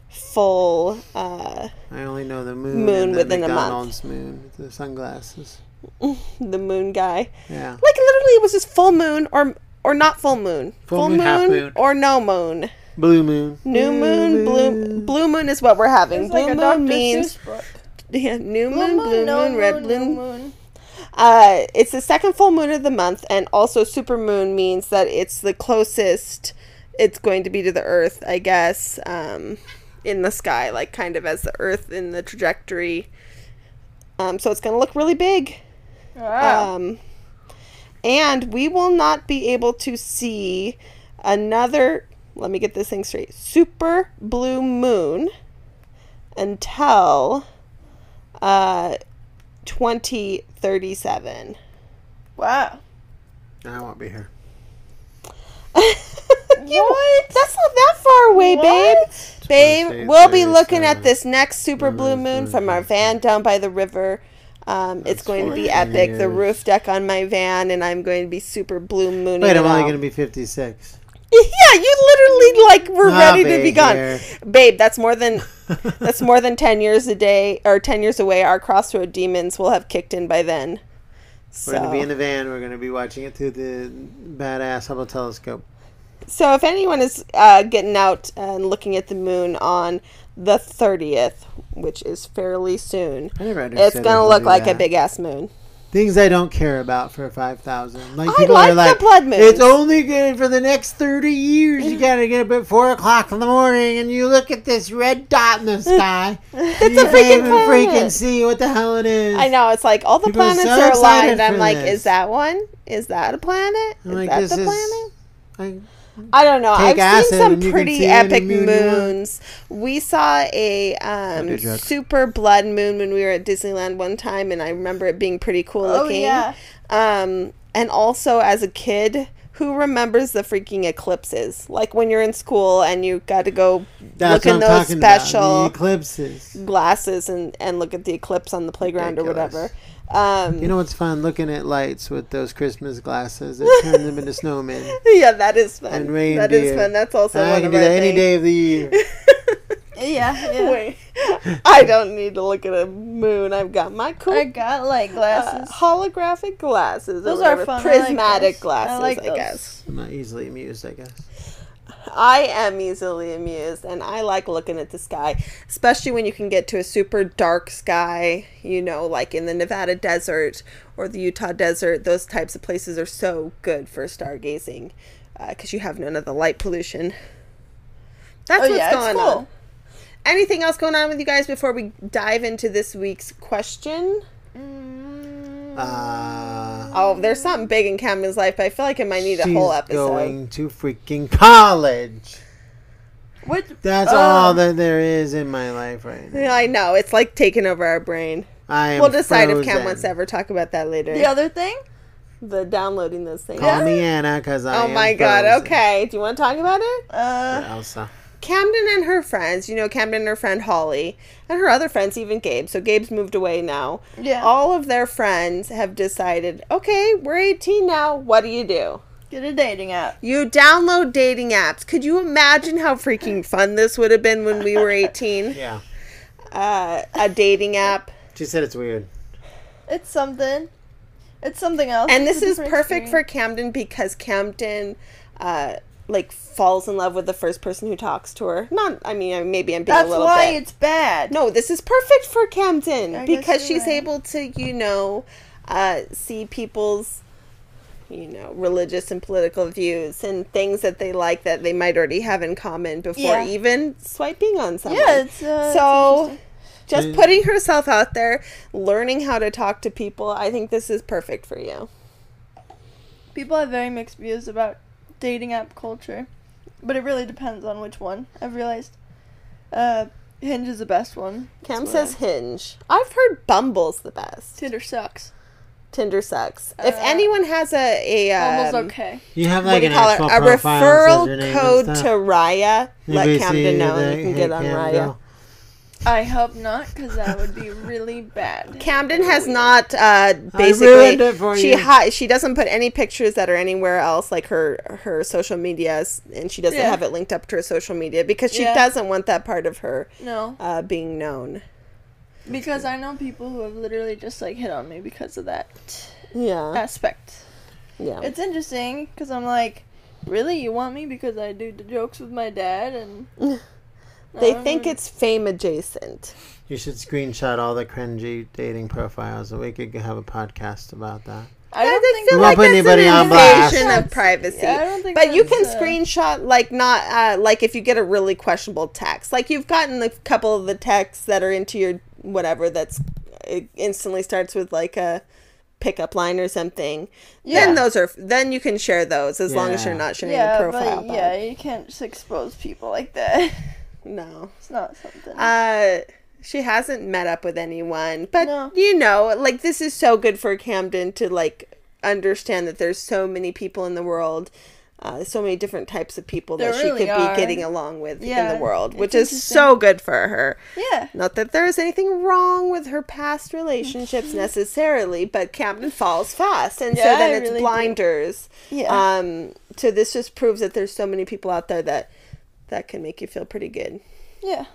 [SPEAKER 1] full uh,
[SPEAKER 2] I only know the moon.
[SPEAKER 1] Moon
[SPEAKER 2] and the
[SPEAKER 1] within a month.
[SPEAKER 2] McDonald's moon with the sunglasses.
[SPEAKER 1] the moon guy.
[SPEAKER 2] Yeah.
[SPEAKER 1] Like literally it was just full moon or or not full moon.
[SPEAKER 2] Full moon, half moon.
[SPEAKER 1] or no moon.
[SPEAKER 2] Blue moon.
[SPEAKER 1] New moon, blue blue moon is what we're having.
[SPEAKER 3] It's
[SPEAKER 1] blue
[SPEAKER 3] like a
[SPEAKER 1] moon
[SPEAKER 3] Dr.
[SPEAKER 1] means
[SPEAKER 3] Seuss book.
[SPEAKER 1] yeah, new
[SPEAKER 3] Blue
[SPEAKER 1] moon, blue
[SPEAKER 3] no
[SPEAKER 1] moon, red
[SPEAKER 3] no
[SPEAKER 1] moon.
[SPEAKER 3] moon.
[SPEAKER 1] Uh, it's the second full moon of the month, and also supermoon means that it's the closest it's going to be to the Earth, I guess, um, in the sky, like kind of as the Earth in the trajectory. Um, so it's going to look really big.
[SPEAKER 3] Wow.
[SPEAKER 1] Um, and we will not be able to see another, let me get this thing straight, super blue moon until uh, 2037.
[SPEAKER 3] wow.
[SPEAKER 2] I won't be here.
[SPEAKER 1] You- That's not that far away, babe. Babe,
[SPEAKER 2] Twenty
[SPEAKER 1] we'll be
[SPEAKER 2] thirty
[SPEAKER 1] looking at
[SPEAKER 2] seven.
[SPEAKER 1] this next super blue moon from our van down by the river. Um, it's
[SPEAKER 2] That's
[SPEAKER 1] going to be
[SPEAKER 2] 14
[SPEAKER 1] epic. The
[SPEAKER 2] years.
[SPEAKER 1] roof deck on my van, and I'm going to be super blue mooning.
[SPEAKER 2] Wait,
[SPEAKER 1] it
[SPEAKER 2] I'm only
[SPEAKER 1] out.
[SPEAKER 2] gonna be 56.
[SPEAKER 1] Yeah, you literally like were
[SPEAKER 2] I'll
[SPEAKER 1] ready to be gone,
[SPEAKER 2] Ah, here.
[SPEAKER 1] babe. That's more than that's more than ten years a day or ten years away. Our crossroad demons will have kicked in by then.
[SPEAKER 2] We're
[SPEAKER 1] So,
[SPEAKER 2] gonna be in the van. We're gonna be watching it through the badass Hubble telescope.
[SPEAKER 1] so if anyone is uh, getting out and looking at the moon on the thirtieth, which is fairly soon,
[SPEAKER 2] I never understood.
[SPEAKER 1] it's gonna
[SPEAKER 2] people
[SPEAKER 1] look
[SPEAKER 2] do
[SPEAKER 1] like a
[SPEAKER 2] that.
[SPEAKER 1] big ass moon.
[SPEAKER 2] things I don't care about for five thousand. Like
[SPEAKER 1] I
[SPEAKER 2] people
[SPEAKER 1] like
[SPEAKER 2] are
[SPEAKER 1] the
[SPEAKER 2] like,
[SPEAKER 1] blood moons.
[SPEAKER 2] it's only good for the next thirty years. You gotta get up at four o'clock in the morning and you look at this red dot in the sky. It's
[SPEAKER 1] a freaking planet.
[SPEAKER 2] freaking see what the hell it is.
[SPEAKER 1] I know it's like all the
[SPEAKER 2] People are
[SPEAKER 1] planets
[SPEAKER 2] so
[SPEAKER 1] are aligned.
[SPEAKER 2] excited
[SPEAKER 1] and I'm
[SPEAKER 2] for
[SPEAKER 1] like,
[SPEAKER 2] this.
[SPEAKER 1] is that one? Is that a planet?
[SPEAKER 2] I'm
[SPEAKER 1] is
[SPEAKER 2] like,
[SPEAKER 1] that
[SPEAKER 2] this
[SPEAKER 1] the
[SPEAKER 2] is-
[SPEAKER 1] planet?
[SPEAKER 2] I,
[SPEAKER 1] I don't know.
[SPEAKER 2] Take
[SPEAKER 1] I've
[SPEAKER 2] acid
[SPEAKER 1] seen some
[SPEAKER 2] and you can
[SPEAKER 1] pretty
[SPEAKER 2] see any
[SPEAKER 1] epic
[SPEAKER 2] moon you want.
[SPEAKER 1] moons. We saw a um,
[SPEAKER 2] do drugs.
[SPEAKER 1] super blood moon when we were at Disneyland one time, and I remember it being pretty cool
[SPEAKER 3] Oh,
[SPEAKER 1] looking.
[SPEAKER 3] yeah.
[SPEAKER 1] Um, and also as a kid, who remembers the freaking eclipses? Like when you're in school and you got to go
[SPEAKER 2] that's
[SPEAKER 1] look in
[SPEAKER 2] what I'm
[SPEAKER 1] those
[SPEAKER 2] talking about,
[SPEAKER 1] special
[SPEAKER 2] the eclipses.
[SPEAKER 1] glasses and, and look at the eclipse on the playground or
[SPEAKER 2] Ridiculous.
[SPEAKER 1] whatever. Um,
[SPEAKER 2] You know what's fun? Looking at lights with those Christmas glasses that turn them into snowmen.
[SPEAKER 1] yeah, that is fun.
[SPEAKER 2] And
[SPEAKER 1] that is
[SPEAKER 2] reindeer.
[SPEAKER 1] fun. That's also
[SPEAKER 2] I
[SPEAKER 1] one
[SPEAKER 2] can
[SPEAKER 1] of
[SPEAKER 2] do
[SPEAKER 1] our
[SPEAKER 2] that any
[SPEAKER 1] things.
[SPEAKER 2] day of the year.
[SPEAKER 3] Yeah, yeah.
[SPEAKER 1] Wait, I don't need to look at a moon. I've got my cool
[SPEAKER 3] I got like
[SPEAKER 1] uh,
[SPEAKER 3] glasses.
[SPEAKER 1] holographic glasses. or
[SPEAKER 3] Those are
[SPEAKER 1] whatever.
[SPEAKER 3] fun. I like
[SPEAKER 1] Prismatic
[SPEAKER 3] those.
[SPEAKER 1] glasses, I,
[SPEAKER 3] I like those. Oh,
[SPEAKER 1] guess.
[SPEAKER 2] I'm not easily amused, I guess.
[SPEAKER 1] I am easily amused, and I like looking at the sky, especially when you can get to a super dark sky. You know, like in the Nevada desert or the Utah desert. Those types of places are so good for stargazing because you have none of the light pollution. That's
[SPEAKER 3] Oh
[SPEAKER 1] what's
[SPEAKER 3] yeah,
[SPEAKER 1] going
[SPEAKER 3] it's
[SPEAKER 1] on.
[SPEAKER 3] cool.
[SPEAKER 1] anything else going on with you guys before we dive into this week's question? Mm.
[SPEAKER 2] Uh,
[SPEAKER 1] Oh, there's something big in Camden's life, but I feel like it might need a whole
[SPEAKER 2] She's
[SPEAKER 1] episode.
[SPEAKER 2] Going to freaking college.
[SPEAKER 3] Which
[SPEAKER 1] Oh.
[SPEAKER 2] That's all that there is in my life right now.
[SPEAKER 1] I know it's like taking over our brain.
[SPEAKER 2] I am
[SPEAKER 1] We'll decide if Cam
[SPEAKER 2] frozen.
[SPEAKER 1] wants to ever talk about that later.
[SPEAKER 3] The other thing?
[SPEAKER 1] The downloading those things.
[SPEAKER 2] Call me Anna because I
[SPEAKER 1] Oh
[SPEAKER 2] am
[SPEAKER 1] my god.
[SPEAKER 2] frozen.
[SPEAKER 1] Okay. Do you want to talk about it?
[SPEAKER 3] Uh,
[SPEAKER 2] Elsa.
[SPEAKER 1] Camden and her friends, you know, Camden and her friend Holly, and her other friends, even Gabe. So Gabe's moved away now.
[SPEAKER 3] yeah.
[SPEAKER 1] All of their friends have decided, okay, we're 18 now. What do you do?
[SPEAKER 3] Get a dating app.
[SPEAKER 1] You download dating apps. Could you imagine how freaking fun this would have been when we were 18?
[SPEAKER 2] Yeah.
[SPEAKER 1] Uh, a dating app.
[SPEAKER 2] She said it's weird.
[SPEAKER 3] It's something. It's something else.
[SPEAKER 1] And
[SPEAKER 3] It's
[SPEAKER 1] this
[SPEAKER 3] a
[SPEAKER 1] is
[SPEAKER 3] different
[SPEAKER 1] perfect for
[SPEAKER 3] experience.
[SPEAKER 1] Camden because Camden, uh, like, falls in love with the first person who talks to her. Not, I mean, maybe I'm being
[SPEAKER 3] That's
[SPEAKER 1] a little
[SPEAKER 3] why
[SPEAKER 1] bit.
[SPEAKER 3] it's bad.
[SPEAKER 1] No, this is perfect for Camden
[SPEAKER 3] I guess
[SPEAKER 1] because
[SPEAKER 3] you're
[SPEAKER 1] she's
[SPEAKER 3] right.
[SPEAKER 1] able to, you know, uh, see people's, you know, religious and political views and things that they like that they might already have in common before
[SPEAKER 3] Yeah.
[SPEAKER 1] even swiping on someone.
[SPEAKER 3] Yeah, it's uh,
[SPEAKER 1] so.
[SPEAKER 3] it's
[SPEAKER 1] just
[SPEAKER 2] Mm.
[SPEAKER 1] putting herself out there, learning how to talk to people, I think this is perfect for you.
[SPEAKER 3] interesting. people have very mixed views about dating app culture, but it really depends on which one. I've realized. Uh, Hinge is the best one.
[SPEAKER 1] Cam
[SPEAKER 3] That's what
[SPEAKER 1] says Hinge. I've heard Bumble's the best.
[SPEAKER 3] Tinder sucks.
[SPEAKER 1] Tinder sucks. if
[SPEAKER 3] Uh,
[SPEAKER 1] anyone has a a um,
[SPEAKER 3] Bumble's okay.
[SPEAKER 2] You have
[SPEAKER 1] what
[SPEAKER 2] like
[SPEAKER 1] do
[SPEAKER 2] an
[SPEAKER 1] you call it?
[SPEAKER 2] actual
[SPEAKER 1] A
[SPEAKER 2] profile that says your name
[SPEAKER 1] referral
[SPEAKER 2] and
[SPEAKER 1] code
[SPEAKER 2] stuff.
[SPEAKER 1] to Raya.
[SPEAKER 2] You
[SPEAKER 1] Let
[SPEAKER 2] basically
[SPEAKER 1] Camden know
[SPEAKER 2] that,
[SPEAKER 1] and you can
[SPEAKER 2] hey,
[SPEAKER 1] get on
[SPEAKER 2] Cam,
[SPEAKER 1] Raya.
[SPEAKER 2] go.
[SPEAKER 3] I hope not, because that would be really bad.
[SPEAKER 1] Camden has not uh,
[SPEAKER 2] I
[SPEAKER 1] basically.
[SPEAKER 2] ruined it for
[SPEAKER 1] she
[SPEAKER 2] you.
[SPEAKER 1] hi- she doesn't put any pictures that are anywhere else, like her her social medias, and she doesn't
[SPEAKER 3] Yeah.
[SPEAKER 1] have it linked up to her social media because she
[SPEAKER 3] Yeah.
[SPEAKER 1] doesn't want that part of her
[SPEAKER 3] No,
[SPEAKER 1] uh, being known.
[SPEAKER 3] because I know people who have literally just like hit on me because of that
[SPEAKER 1] Yeah,
[SPEAKER 3] aspect.
[SPEAKER 1] yeah.
[SPEAKER 3] It's interesting because I'm like, really, you want me because I do the jokes with my dad and
[SPEAKER 1] they
[SPEAKER 3] Um,
[SPEAKER 1] think it's fame adjacent.
[SPEAKER 2] You should screenshot all the cringy dating profiles, and we could have a podcast about that.
[SPEAKER 3] I
[SPEAKER 1] I
[SPEAKER 3] don't
[SPEAKER 1] they
[SPEAKER 3] think
[SPEAKER 1] feel
[SPEAKER 2] We won't
[SPEAKER 1] like
[SPEAKER 2] put
[SPEAKER 1] that's
[SPEAKER 2] anybody
[SPEAKER 1] an
[SPEAKER 2] on blast.
[SPEAKER 1] invasion of
[SPEAKER 3] That's-
[SPEAKER 1] privacy.
[SPEAKER 3] yeah, I don't think
[SPEAKER 1] but you can
[SPEAKER 3] that's, uh,
[SPEAKER 1] screenshot like not uh, like if you get a really questionable text, like you've gotten a couple of the texts that are into your whatever that's it instantly starts with like a pickup line or something.
[SPEAKER 3] Yeah.
[SPEAKER 1] Then those are then you can share those as long as
[SPEAKER 2] Yeah.
[SPEAKER 1] you're not sharing
[SPEAKER 3] yeah,
[SPEAKER 1] your profile.
[SPEAKER 3] but yeah, you can't just expose people like that.
[SPEAKER 1] No.
[SPEAKER 3] it's not something.
[SPEAKER 1] Uh, she hasn't met up with anyone, but
[SPEAKER 3] No.
[SPEAKER 1] you know, like this is so good for Camden to like understand that there's so many people in the world, uh, so many different types of people
[SPEAKER 3] There
[SPEAKER 1] that
[SPEAKER 3] really
[SPEAKER 1] she could
[SPEAKER 3] are.
[SPEAKER 1] be getting along with in
[SPEAKER 3] Yeah,
[SPEAKER 1] the world,
[SPEAKER 3] it's
[SPEAKER 1] which is so good for her.
[SPEAKER 3] yeah,
[SPEAKER 1] Not that there is anything wrong with her past relationships necessarily, but Camden falls fast, and
[SPEAKER 3] Yeah,
[SPEAKER 1] so then
[SPEAKER 3] I
[SPEAKER 1] it's
[SPEAKER 3] really do.
[SPEAKER 1] blinders.
[SPEAKER 3] yeah.
[SPEAKER 1] Um, so this just proves that there's so many people out there that that can make you feel pretty good.
[SPEAKER 3] yeah.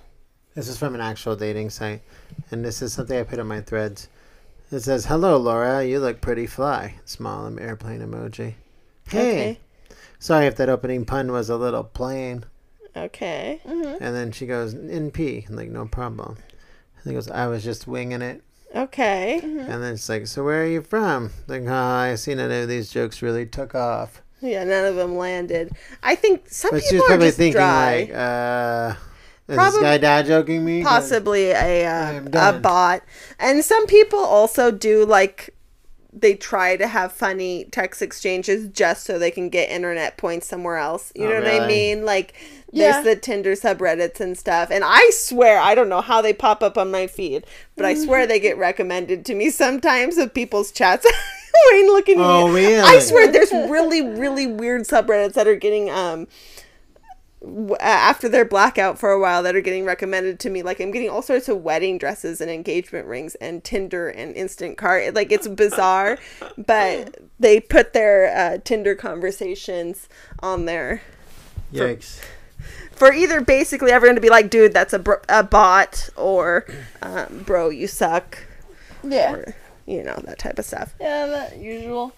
[SPEAKER 2] This is from an actual dating site, and this is something I put on my threads. It says, "Hello, Laura. You look pretty fly." Small em- airplane emoji. Hey.
[SPEAKER 1] Okay.
[SPEAKER 2] Sorry if that opening pun was a little plain.
[SPEAKER 1] Okay.
[SPEAKER 2] And then she goes, "NP." I'm like, no problem. And he goes, "I was just winging it."
[SPEAKER 1] Okay.
[SPEAKER 2] And then it's like, "So where are you from?" Like, oh, I see none of these jokes really took off.
[SPEAKER 1] Yeah, none of them landed. I think some
[SPEAKER 2] But she
[SPEAKER 1] people
[SPEAKER 2] was
[SPEAKER 1] are
[SPEAKER 2] probably
[SPEAKER 1] just
[SPEAKER 2] thinking
[SPEAKER 1] dry.
[SPEAKER 2] like, uh, is
[SPEAKER 1] Probably-
[SPEAKER 2] this guy dad joking me? 'Cause
[SPEAKER 1] possibly a
[SPEAKER 2] I am
[SPEAKER 1] uh, a
[SPEAKER 2] done.
[SPEAKER 1] bot, and some people also do like they try to have funny text exchanges just so they can get internet points somewhere else. You
[SPEAKER 2] Oh,
[SPEAKER 1] know what I
[SPEAKER 2] really?
[SPEAKER 1] mean? Like
[SPEAKER 3] Yeah.
[SPEAKER 1] there's the Tinder subreddits and stuff, and I swear I don't know how they pop up on my feed, but I swear they get recommended to me sometimes of people's chats. Wayne looking at
[SPEAKER 2] Oh,
[SPEAKER 1] you.
[SPEAKER 2] really?
[SPEAKER 1] I swear there's really really weird subreddits that are getting um w- uh, after their blackout for a while that are getting recommended to me. Like I'm getting all sorts of wedding dresses and engagement rings and Tinder and instant card. Like it's bizarre, but they put their uh, Tinder conversations on there
[SPEAKER 2] Yikes.
[SPEAKER 1] for either basically everyone to be like, dude, that's a, br- a bot or um, bro, you suck.
[SPEAKER 3] Yeah.
[SPEAKER 1] Or, you know, that type of stuff.
[SPEAKER 3] Yeah, that usual.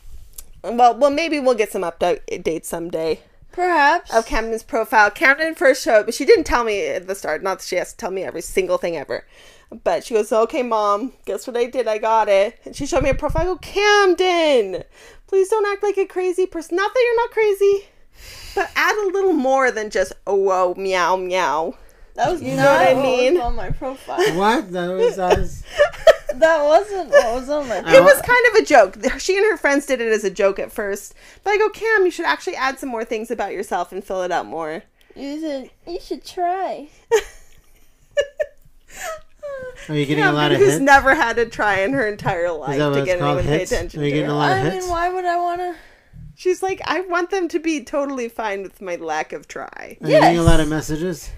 [SPEAKER 1] Well, well, maybe we'll get some updates someday.
[SPEAKER 3] Perhaps.
[SPEAKER 1] of Camden's profile. Camden first showed, but she didn't tell me at the start. Not that she has to tell me every single thing ever. But she goes, okay, mom, guess what I did? I got it. And she showed me a profile. I go, Camden, please don't act like a crazy person. Not that you're not crazy, but add a little more than just, oh, whoa, meow, meow.
[SPEAKER 3] That was
[SPEAKER 1] know what
[SPEAKER 3] not
[SPEAKER 1] I
[SPEAKER 3] what was
[SPEAKER 1] mean?
[SPEAKER 3] on my profile.
[SPEAKER 2] What? That was us.
[SPEAKER 3] that wasn't what was on my.
[SPEAKER 1] It was kind of a joke. She and her friends did it as a joke at first. But I go, Cam, you should actually add some more things about yourself and fill it out more.
[SPEAKER 3] You said you should try.
[SPEAKER 2] Are you getting
[SPEAKER 1] Yeah,
[SPEAKER 2] a lot
[SPEAKER 1] but
[SPEAKER 2] of
[SPEAKER 1] who's
[SPEAKER 2] hits?
[SPEAKER 1] never had to try in her entire life
[SPEAKER 2] that what
[SPEAKER 1] to
[SPEAKER 2] it's
[SPEAKER 1] get
[SPEAKER 2] called,
[SPEAKER 1] anyone to pay
[SPEAKER 2] hits?
[SPEAKER 1] attention
[SPEAKER 2] Are you
[SPEAKER 1] to
[SPEAKER 2] getting
[SPEAKER 1] her.
[SPEAKER 2] a lot of
[SPEAKER 3] I
[SPEAKER 2] hits?
[SPEAKER 3] mean, why would I want to?
[SPEAKER 1] She's like, I want them to be totally fine with my lack of try.
[SPEAKER 2] Are you getting a
[SPEAKER 3] Yes.
[SPEAKER 2] lot of messages?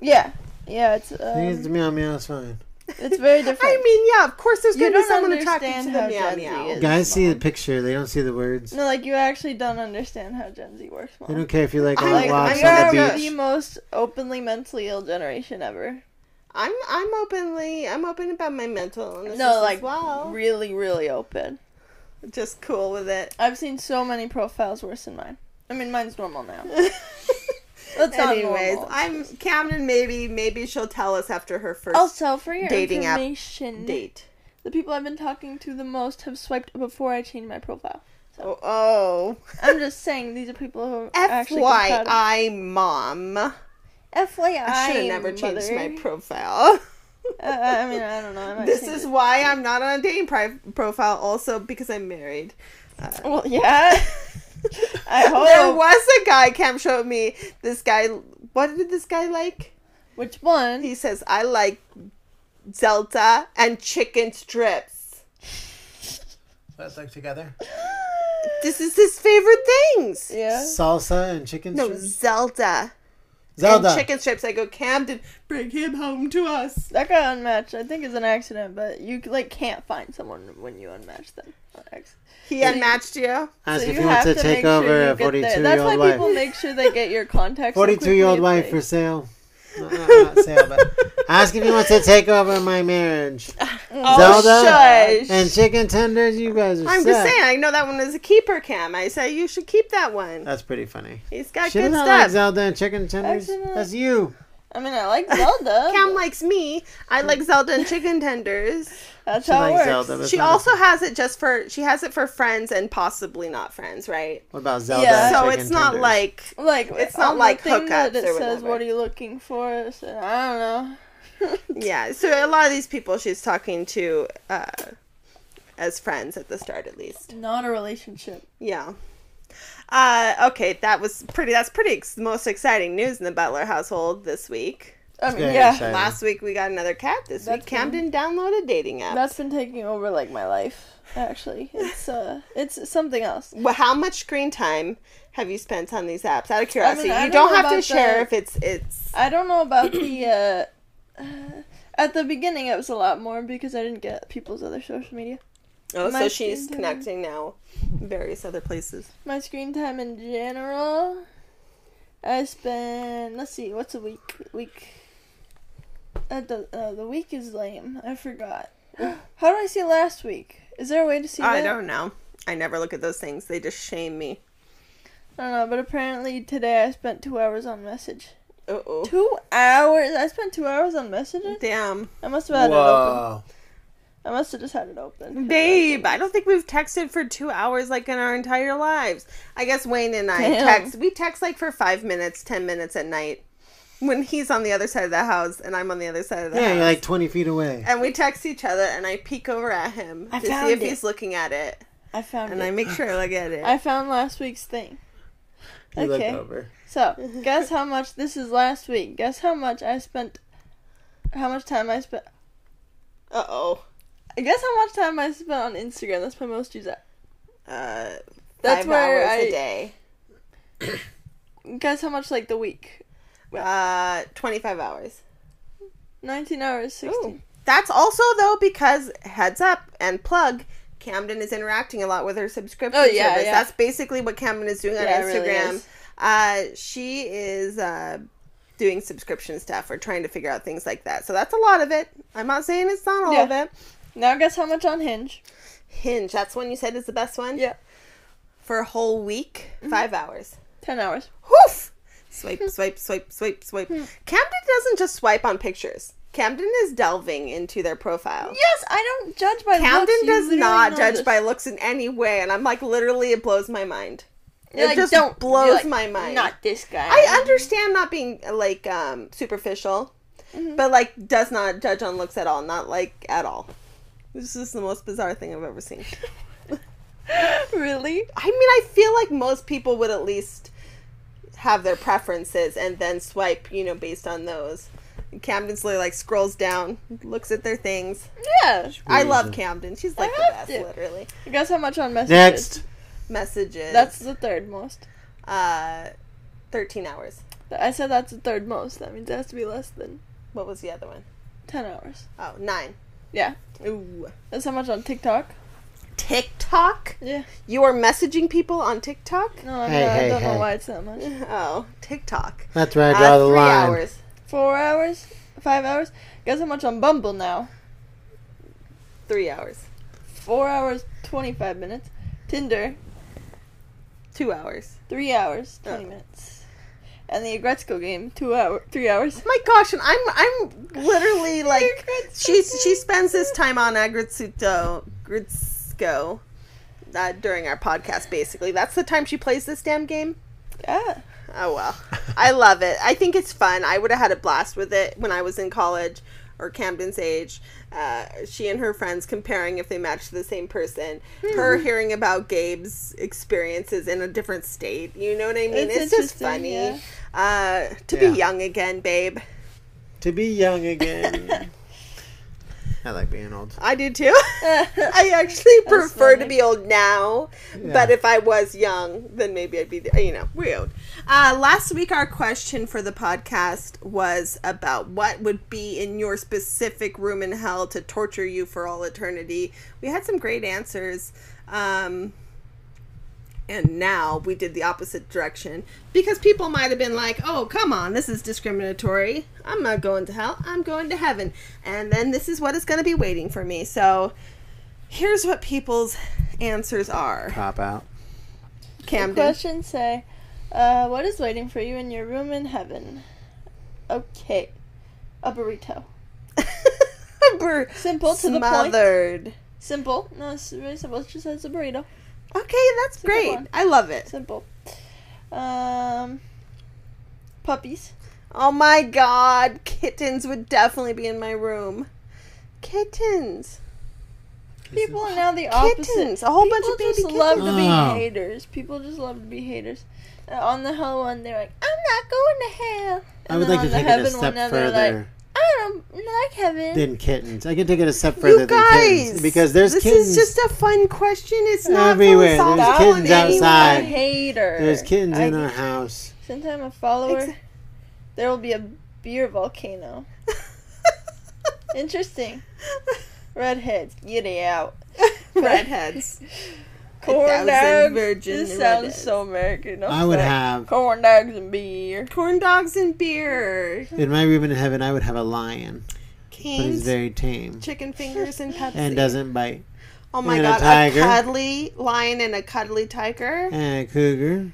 [SPEAKER 3] Yeah, yeah. It's
[SPEAKER 2] I think it's
[SPEAKER 3] um,
[SPEAKER 2] meow meow is fine.
[SPEAKER 3] it's very different.
[SPEAKER 1] I mean, yeah, of course there's
[SPEAKER 3] You
[SPEAKER 1] going to be
[SPEAKER 3] don't
[SPEAKER 1] someone attracted
[SPEAKER 3] understand
[SPEAKER 1] to the
[SPEAKER 3] how
[SPEAKER 1] meow
[SPEAKER 3] Gen Z
[SPEAKER 1] meow.
[SPEAKER 3] is.
[SPEAKER 2] Guys see the
[SPEAKER 3] fine.
[SPEAKER 2] picture, they don't see the words.
[SPEAKER 3] no, like you actually don't understand how Gen Z works. Mom.
[SPEAKER 2] They don't care if you like
[SPEAKER 1] I-
[SPEAKER 2] all
[SPEAKER 3] Like
[SPEAKER 1] like,
[SPEAKER 2] walks
[SPEAKER 3] we
[SPEAKER 1] I
[SPEAKER 2] on
[SPEAKER 3] are
[SPEAKER 2] the
[SPEAKER 1] gotta-
[SPEAKER 2] beach.
[SPEAKER 3] the most openly mentally ill generation ever.
[SPEAKER 1] I'm I'm openly I'm open about my mental illness
[SPEAKER 3] No,
[SPEAKER 1] as
[SPEAKER 3] like
[SPEAKER 1] well.
[SPEAKER 3] really, really open.
[SPEAKER 1] Just cool with it.
[SPEAKER 3] I've seen so many profiles worse than mine. I mean, mine's normal now. That's not
[SPEAKER 1] Anyways,
[SPEAKER 3] normal.
[SPEAKER 1] I'm Camden. Maybe maybe she'll tell us after her first
[SPEAKER 3] Also, for your
[SPEAKER 1] Dating app
[SPEAKER 3] information,
[SPEAKER 1] date.
[SPEAKER 3] the people I've been talking to the most have swiped before I changed my profile.
[SPEAKER 1] Oh, oh.
[SPEAKER 3] I'm just saying these are people who actually compatible.
[SPEAKER 1] FYI, mom. I
[SPEAKER 3] FYI,
[SPEAKER 1] should have never changed
[SPEAKER 3] mother.
[SPEAKER 1] my profile.
[SPEAKER 3] Uh, I mean, I don't know. I might
[SPEAKER 1] this
[SPEAKER 3] change
[SPEAKER 1] is
[SPEAKER 3] it.
[SPEAKER 1] why I'm not on a dating pri- profile. Also, because I'm married.
[SPEAKER 3] well, yeah. I
[SPEAKER 1] There
[SPEAKER 3] hope.
[SPEAKER 1] was a guy Cam showed me. This guy. What did this guy like?
[SPEAKER 3] Which one?
[SPEAKER 1] He says, "I like Zelda and chicken strips.
[SPEAKER 2] That's like together.
[SPEAKER 1] This is his favorite things."
[SPEAKER 3] Yeah.
[SPEAKER 2] Salsa and chicken
[SPEAKER 1] No,
[SPEAKER 2] strips?
[SPEAKER 1] Zelda.
[SPEAKER 2] Zelda.
[SPEAKER 1] and chicken strips. I go, Camden, bring him home to us.
[SPEAKER 3] That got unmatched. I think is an accident, but you like can't find someone when you unmatch them. Acc-
[SPEAKER 1] He unmatched you.
[SPEAKER 2] Ask
[SPEAKER 3] so
[SPEAKER 2] if you want to take
[SPEAKER 3] make sure
[SPEAKER 2] over
[SPEAKER 3] you
[SPEAKER 2] a
[SPEAKER 3] get there.
[SPEAKER 2] 42 year
[SPEAKER 3] That's why
[SPEAKER 2] old wife.
[SPEAKER 3] people make sure they get your contacts. so
[SPEAKER 2] 42 year old
[SPEAKER 3] quickly,
[SPEAKER 2] wife
[SPEAKER 3] like-
[SPEAKER 2] for sale. No, no, not sale, but ask if he wants to take over my marriage.
[SPEAKER 3] Mm.
[SPEAKER 1] Oh,
[SPEAKER 2] Zelda
[SPEAKER 1] shush.
[SPEAKER 2] and chicken tenders, you guys are
[SPEAKER 1] I'm
[SPEAKER 2] set.
[SPEAKER 1] just saying, I know that one is a keeper, Cam. I say you should keep that one.
[SPEAKER 2] That's pretty funny.
[SPEAKER 1] He's got
[SPEAKER 2] Should
[SPEAKER 1] good
[SPEAKER 2] not Uh, like
[SPEAKER 1] stuff.
[SPEAKER 2] Zelda and chicken tenders.
[SPEAKER 3] Actually, no.
[SPEAKER 2] That's you.
[SPEAKER 3] I mean, I like Zelda.
[SPEAKER 1] Cam likes me. I like Zelda and chicken tenders.
[SPEAKER 3] That's
[SPEAKER 2] She
[SPEAKER 3] how it
[SPEAKER 2] likes
[SPEAKER 3] works.
[SPEAKER 2] Zelda. That's
[SPEAKER 1] She
[SPEAKER 2] not-
[SPEAKER 1] also has it just for she has it for friends and possibly not friends, right?
[SPEAKER 2] What about Zelda?
[SPEAKER 3] Yeah.
[SPEAKER 2] and
[SPEAKER 1] So
[SPEAKER 2] chicken
[SPEAKER 1] it's not
[SPEAKER 2] tenders?
[SPEAKER 1] like
[SPEAKER 3] Like
[SPEAKER 1] It's not
[SPEAKER 3] on
[SPEAKER 1] like
[SPEAKER 3] the thing that
[SPEAKER 1] hookups
[SPEAKER 3] it
[SPEAKER 1] or
[SPEAKER 3] says.
[SPEAKER 1] whatever.
[SPEAKER 3] What are you looking for? It said, I don't know.
[SPEAKER 1] yeah. So a lot of these people she's talking to uh, as friends at the start, at least.
[SPEAKER 3] Not a relationship.
[SPEAKER 1] Yeah. Uh, okay, that was pretty. That's pretty ex- most exciting news in the Butler household this week.
[SPEAKER 3] I mean,
[SPEAKER 2] very
[SPEAKER 3] yeah.
[SPEAKER 2] exciting.
[SPEAKER 1] Last week we got another cat. This
[SPEAKER 3] That's
[SPEAKER 1] week Camden downloaded dating app.
[SPEAKER 3] That's been taking over like my life. Actually, it's uh, it's something else.
[SPEAKER 1] well, how much screen time have you spent on these apps? Out of curiosity,
[SPEAKER 3] I
[SPEAKER 1] you
[SPEAKER 3] don't
[SPEAKER 1] don't
[SPEAKER 3] know
[SPEAKER 1] have to
[SPEAKER 3] about
[SPEAKER 1] share
[SPEAKER 3] the-
[SPEAKER 1] if it's it's.
[SPEAKER 3] I don't know about the. Uh, uh, at the beginning, it was a lot more because I didn't get people's other social media.
[SPEAKER 1] Oh,
[SPEAKER 3] My
[SPEAKER 1] so she's
[SPEAKER 3] screen time.
[SPEAKER 1] connecting now, various other places.
[SPEAKER 3] My screen time in general, I spend. Let's see, what's a week? Week. Uh, the, uh, the week is lame. I forgot. How do I see last week? Is there a way to see
[SPEAKER 1] I
[SPEAKER 3] that?
[SPEAKER 1] don't know. I never look at those things. They just shame me.
[SPEAKER 3] I don't know, but apparently today I spent two hours on message.
[SPEAKER 1] Uh oh.
[SPEAKER 3] Two hours? I spent two hours on messages?
[SPEAKER 1] Damn,
[SPEAKER 3] I must have had it open.
[SPEAKER 2] Whoa.
[SPEAKER 3] I must have just had it open.
[SPEAKER 1] babe. I don't think we've texted for two hours like in our entire lives. I guess Wayne and I
[SPEAKER 3] Damn.
[SPEAKER 1] text. We text like for five minutes, ten minutes at night, when he's on the other side of the house and I'm on the other side of the
[SPEAKER 2] Yeah,
[SPEAKER 1] house.
[SPEAKER 2] you're like 20 feet away.
[SPEAKER 1] and we text each other, and I peek over at him
[SPEAKER 3] I
[SPEAKER 1] to see
[SPEAKER 3] found
[SPEAKER 1] if
[SPEAKER 3] it.
[SPEAKER 1] he's looking at it,
[SPEAKER 3] I found
[SPEAKER 1] and
[SPEAKER 3] it.
[SPEAKER 1] I make sure I look at it.
[SPEAKER 3] I found last week's thing.
[SPEAKER 2] You look
[SPEAKER 3] okay.
[SPEAKER 2] over.
[SPEAKER 3] So, guess how much this is last week. Guess how much I spent how much time I spent
[SPEAKER 1] Uh oh.
[SPEAKER 3] guess how much time I spent on Instagram. That's my most used app.
[SPEAKER 1] Uh,
[SPEAKER 3] That's
[SPEAKER 1] five
[SPEAKER 3] where
[SPEAKER 1] hours
[SPEAKER 3] I
[SPEAKER 1] a day.
[SPEAKER 3] guess how much like the week.
[SPEAKER 1] Uh, twenty-five hours.
[SPEAKER 3] Nineteen hours sixteen.
[SPEAKER 1] That's also though because heads up and plug. Camden is interacting a lot with her subscription
[SPEAKER 3] Oh, yeah,
[SPEAKER 1] service.
[SPEAKER 3] yeah.
[SPEAKER 1] That's basically what Camden is doing on
[SPEAKER 3] Yeah, it really
[SPEAKER 1] Instagram.
[SPEAKER 3] is.
[SPEAKER 1] uh, she is uh, doing subscription stuff or trying to figure out things like that. So that's a lot of it. I'm not saying it's not all of
[SPEAKER 3] Yeah.
[SPEAKER 1] it.
[SPEAKER 3] Now guess how much on Hinge.
[SPEAKER 1] Hinge. That's one you said is the best one.
[SPEAKER 3] Yeah. Mm-hmm.
[SPEAKER 1] For a whole week, five hours.
[SPEAKER 3] Ten hours.
[SPEAKER 1] Whoof! Swipe,
[SPEAKER 3] Hmm.
[SPEAKER 1] swipe, swipe, swipe, swipe. Camden doesn't just swipe on pictures. Camden is delving into their profile.
[SPEAKER 3] Yes, I don't judge by
[SPEAKER 1] Oh. Camden
[SPEAKER 3] looks. You
[SPEAKER 1] does
[SPEAKER 3] literally
[SPEAKER 1] not
[SPEAKER 3] know
[SPEAKER 1] judge
[SPEAKER 3] this.
[SPEAKER 1] by looks in any way, and I'm like, literally, it blows my mind.
[SPEAKER 3] You're
[SPEAKER 1] it
[SPEAKER 3] like,
[SPEAKER 1] just
[SPEAKER 3] don't
[SPEAKER 1] blows
[SPEAKER 3] you're like,
[SPEAKER 1] my mind.
[SPEAKER 3] Not this guy.
[SPEAKER 1] I understand not being like um superficial,
[SPEAKER 3] Mm-hmm.
[SPEAKER 1] but like does not judge on looks at all. Not like at all. This is the most bizarre thing I've ever seen.
[SPEAKER 3] really?
[SPEAKER 1] I mean, I feel like most people would at least have their preferences and then swipe, you know, based on those. Camden Slater like scrolls down, looks at their things.
[SPEAKER 3] Yeah.
[SPEAKER 1] I love
[SPEAKER 2] Jesus.
[SPEAKER 1] Camden. She's like
[SPEAKER 3] I
[SPEAKER 1] the
[SPEAKER 3] have
[SPEAKER 1] best,
[SPEAKER 3] to.
[SPEAKER 1] literally.
[SPEAKER 3] Guess how much on messages?
[SPEAKER 2] Next.
[SPEAKER 1] Messages.
[SPEAKER 3] That's the third most.
[SPEAKER 1] uh, thirteen hours.
[SPEAKER 3] I said that's the third most. That means it has to be less than
[SPEAKER 1] What was the other one?
[SPEAKER 3] 10 hours.
[SPEAKER 1] Oh, nine.
[SPEAKER 3] Yeah.
[SPEAKER 1] Ooh.
[SPEAKER 3] That's how much on TikTok?
[SPEAKER 1] TikTok.
[SPEAKER 3] Yeah.
[SPEAKER 1] You are messaging people on TikTok.
[SPEAKER 3] No, I'm
[SPEAKER 2] Hey,
[SPEAKER 3] not,
[SPEAKER 2] hey,
[SPEAKER 3] I don't
[SPEAKER 2] hey.
[SPEAKER 3] know why it's that much.
[SPEAKER 1] Oh, TikTok.
[SPEAKER 2] That's where I draw
[SPEAKER 1] Uh,
[SPEAKER 2] the
[SPEAKER 1] three
[SPEAKER 2] line.
[SPEAKER 1] hours.
[SPEAKER 3] Four hours? Five hours? Guess how much on Bumble now?
[SPEAKER 1] Three hours.
[SPEAKER 3] Four hours, 25 minutes. Tinder,
[SPEAKER 1] Two hours.
[SPEAKER 3] three hours, 20
[SPEAKER 1] Oh.
[SPEAKER 3] minutes. And the Agretzko game, two hour, three hours.
[SPEAKER 1] My gosh, and I'm I'm literally like
[SPEAKER 3] Agretzko
[SPEAKER 1] she she
[SPEAKER 3] game.
[SPEAKER 1] spends this time on Agritsuto Gritzko uh, during our podcast. Basically, that's the time she plays this damn game.
[SPEAKER 3] Yeah.
[SPEAKER 1] Oh well, I love it. I think it's fun. I would have had a blast with it when I was in college or Camden's age. Uh, she and her friends comparing if they matched the same person.
[SPEAKER 3] Hmm.
[SPEAKER 1] Her hearing about Gabe's experiences in a different state. You know what I mean?
[SPEAKER 3] It's
[SPEAKER 1] It's, just
[SPEAKER 3] interesting,
[SPEAKER 1] funny.
[SPEAKER 3] yeah.
[SPEAKER 1] Uh, to
[SPEAKER 2] Yeah.
[SPEAKER 1] be young again, babe.
[SPEAKER 2] To be young again. I like being old.
[SPEAKER 1] I do too. I actually
[SPEAKER 3] That's
[SPEAKER 1] prefer to
[SPEAKER 3] funny.
[SPEAKER 1] be old now, but
[SPEAKER 2] Yeah.
[SPEAKER 1] if I was young, then maybe I'd be, you know, weird. Uh, last week, our question for the podcast was about what would be in your specific room in hell to torture you for all eternity. We had some great answers. Um, and now we did the opposite direction because people might have been like, "Oh, come on, this is discriminatory. I'm not going to hell. I'm going to heaven." And then this is what is going to be waiting for me. So, here's what people's answers are.
[SPEAKER 2] Pop out.
[SPEAKER 3] The
[SPEAKER 1] Camden.
[SPEAKER 3] questions say, uh, what is waiting for you in your room in heaven? Okay. A burrito.
[SPEAKER 1] Bur-
[SPEAKER 3] Simple to the point.
[SPEAKER 1] smothered.
[SPEAKER 3] Simple. No, it's really simple. It just says a burrito.
[SPEAKER 1] Okay, that's
[SPEAKER 3] a good
[SPEAKER 1] great.
[SPEAKER 3] one.
[SPEAKER 1] I love it.
[SPEAKER 3] Simple. Um, puppies.
[SPEAKER 1] Oh my god, kittens would definitely be in my room. Kittens.
[SPEAKER 3] People are now the opposite.
[SPEAKER 1] Kittens. A whole bunch
[SPEAKER 3] People
[SPEAKER 1] of baby
[SPEAKER 3] just
[SPEAKER 1] kittens.
[SPEAKER 3] love to be
[SPEAKER 2] Oh.
[SPEAKER 3] haters. People just love to be haters. Uh, on the hell one, they're like, "I'm not going to hell."
[SPEAKER 2] I
[SPEAKER 3] And
[SPEAKER 2] would like
[SPEAKER 3] then
[SPEAKER 2] to
[SPEAKER 3] on the
[SPEAKER 2] take it a
[SPEAKER 3] heaven
[SPEAKER 2] step
[SPEAKER 3] now they're
[SPEAKER 2] further
[SPEAKER 3] Like, I don't like heaven.
[SPEAKER 2] than kittens. I can take it a step further
[SPEAKER 1] You
[SPEAKER 2] than
[SPEAKER 1] guys,
[SPEAKER 2] kittens because there's
[SPEAKER 1] this is
[SPEAKER 2] kittens.
[SPEAKER 1] just a fun question. It's not
[SPEAKER 2] Everywhere.
[SPEAKER 1] everywhere.
[SPEAKER 2] There's
[SPEAKER 3] that
[SPEAKER 1] philosophical. in any way.
[SPEAKER 2] kittens
[SPEAKER 3] one is a
[SPEAKER 2] outside.
[SPEAKER 3] hater.
[SPEAKER 2] there's kittens
[SPEAKER 3] I,
[SPEAKER 2] in our house.
[SPEAKER 3] Since I'm a follower,
[SPEAKER 1] Exa-
[SPEAKER 3] there will be a beer volcano. Interesting. Redheads, get it out.
[SPEAKER 1] Redheads.
[SPEAKER 3] Corn
[SPEAKER 1] thousand
[SPEAKER 3] dogs.
[SPEAKER 1] virgin
[SPEAKER 3] This sounds
[SPEAKER 1] redheads.
[SPEAKER 3] so American. I'm
[SPEAKER 2] I would
[SPEAKER 3] sorry.
[SPEAKER 2] have
[SPEAKER 3] corn dogs and beer.
[SPEAKER 1] Corn dogs and beer.
[SPEAKER 2] in my room in heaven. I would have a lion, but he's
[SPEAKER 1] Canes,
[SPEAKER 2] very tame
[SPEAKER 1] chicken fingers, and Pepsi.
[SPEAKER 2] and doesn't bite.
[SPEAKER 1] oh my
[SPEAKER 2] and a
[SPEAKER 1] god, a,
[SPEAKER 2] tiger.
[SPEAKER 1] cuddly lion and a cuddly tiger.
[SPEAKER 2] And a cougar,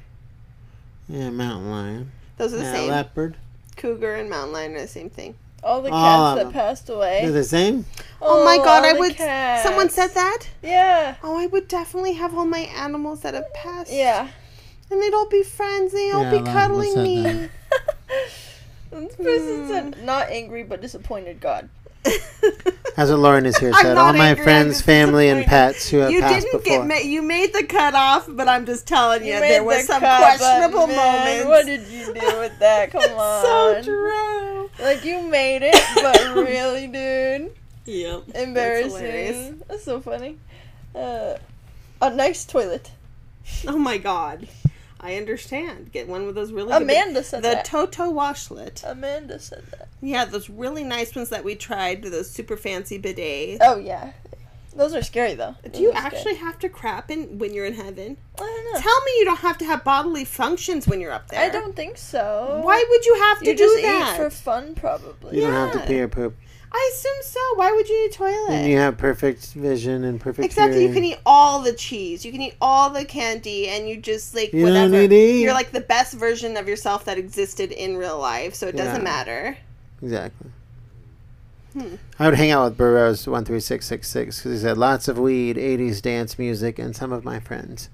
[SPEAKER 2] and a mountain lion,
[SPEAKER 1] Those are the
[SPEAKER 2] and a
[SPEAKER 1] same.
[SPEAKER 2] leopard.
[SPEAKER 1] Cougar and mountain lion are the same thing.
[SPEAKER 3] All the cats
[SPEAKER 2] All of
[SPEAKER 3] that
[SPEAKER 2] them.
[SPEAKER 3] passed away.
[SPEAKER 2] They're the same.
[SPEAKER 1] Oh, my god,
[SPEAKER 3] all
[SPEAKER 1] I
[SPEAKER 3] the
[SPEAKER 1] would.
[SPEAKER 3] cats.
[SPEAKER 1] Someone said that.
[SPEAKER 3] Yeah.
[SPEAKER 1] Oh, I would definitely have all my animals that have passed.
[SPEAKER 3] Yeah.
[SPEAKER 1] and they'd all be friends. They'd all
[SPEAKER 2] Yeah, a
[SPEAKER 1] be
[SPEAKER 2] lot of
[SPEAKER 1] cuddling
[SPEAKER 2] animals said
[SPEAKER 1] me.
[SPEAKER 2] that.
[SPEAKER 3] this
[SPEAKER 1] Hmm.
[SPEAKER 3] person said not angry but disappointed God.
[SPEAKER 2] That's what Lauren is here
[SPEAKER 1] I'm
[SPEAKER 2] said.
[SPEAKER 1] not
[SPEAKER 2] All my
[SPEAKER 1] angry, I'm
[SPEAKER 2] friends,
[SPEAKER 1] just
[SPEAKER 2] family, and
[SPEAKER 1] disappointed.
[SPEAKER 2] pets who have
[SPEAKER 1] you
[SPEAKER 2] passed
[SPEAKER 1] didn't
[SPEAKER 2] before.
[SPEAKER 1] get ma- you made the cutoff, but I'm just telling you,
[SPEAKER 3] You made
[SPEAKER 1] there was
[SPEAKER 3] the
[SPEAKER 1] some
[SPEAKER 3] cut, but
[SPEAKER 1] questionable
[SPEAKER 3] man,
[SPEAKER 1] moments.
[SPEAKER 3] What did you do with that? Come on.
[SPEAKER 1] It's so true.
[SPEAKER 3] Like you made it, but really, dude,
[SPEAKER 1] Yep. hilarious.
[SPEAKER 3] embarrassing. That's, so funny. Uh, a nice toilet.
[SPEAKER 1] Oh my god. I understand. Get one with those really good-
[SPEAKER 3] Amanda said
[SPEAKER 1] the
[SPEAKER 3] that.
[SPEAKER 1] Toto washlet.
[SPEAKER 3] Amanda said that.
[SPEAKER 1] Yeah, those really nice ones that we tried, those super fancy bidets.
[SPEAKER 3] Oh yeah, those are scary though.
[SPEAKER 1] Do you
[SPEAKER 3] Those are scary.
[SPEAKER 1] actually have to crap in when you're in heaven?
[SPEAKER 3] I don't know.
[SPEAKER 1] Tell me you don't have to have bodily functions when you're up there.
[SPEAKER 3] I don't think so.
[SPEAKER 1] Why would you have to
[SPEAKER 3] you
[SPEAKER 1] do
[SPEAKER 3] just
[SPEAKER 1] that?
[SPEAKER 3] eat for fun, probably.
[SPEAKER 2] You don't have
[SPEAKER 1] Yeah.
[SPEAKER 2] to pee or poop.
[SPEAKER 1] I assume so. Why would you need a toilet?
[SPEAKER 2] And you have perfect vision and perfect
[SPEAKER 1] Exactly. You
[SPEAKER 2] hearing.
[SPEAKER 1] can eat all the cheese. You can eat all the candy, and you just like
[SPEAKER 2] You don't
[SPEAKER 1] whatever.
[SPEAKER 2] need to eat.
[SPEAKER 1] You're like the best version of yourself that existed in real life, so it doesn't
[SPEAKER 2] Yeah.
[SPEAKER 1] matter.
[SPEAKER 2] Exactly.
[SPEAKER 1] Hmm.
[SPEAKER 2] I would hang out with Burroughs one three six six six because he said lots of weed, eighties dance music, and some of my friends.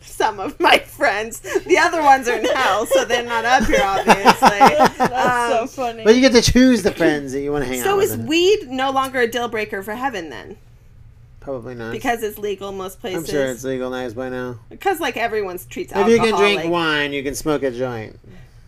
[SPEAKER 1] Some of my friends, the other ones are in hell, so they're not up here, obviously.
[SPEAKER 3] That's
[SPEAKER 1] Um,
[SPEAKER 3] so funny.
[SPEAKER 2] But you get to choose the friends that you want to hang out
[SPEAKER 1] so
[SPEAKER 2] with.
[SPEAKER 1] is weed no longer a deal breaker for heaven then?
[SPEAKER 2] Probably not.
[SPEAKER 1] Because it's legal most places.
[SPEAKER 2] I'm sure it's legalized by now.
[SPEAKER 1] because like everyone treats
[SPEAKER 2] If
[SPEAKER 1] alcohol.
[SPEAKER 2] you can drink
[SPEAKER 1] like-
[SPEAKER 2] wine, you can smoke a joint.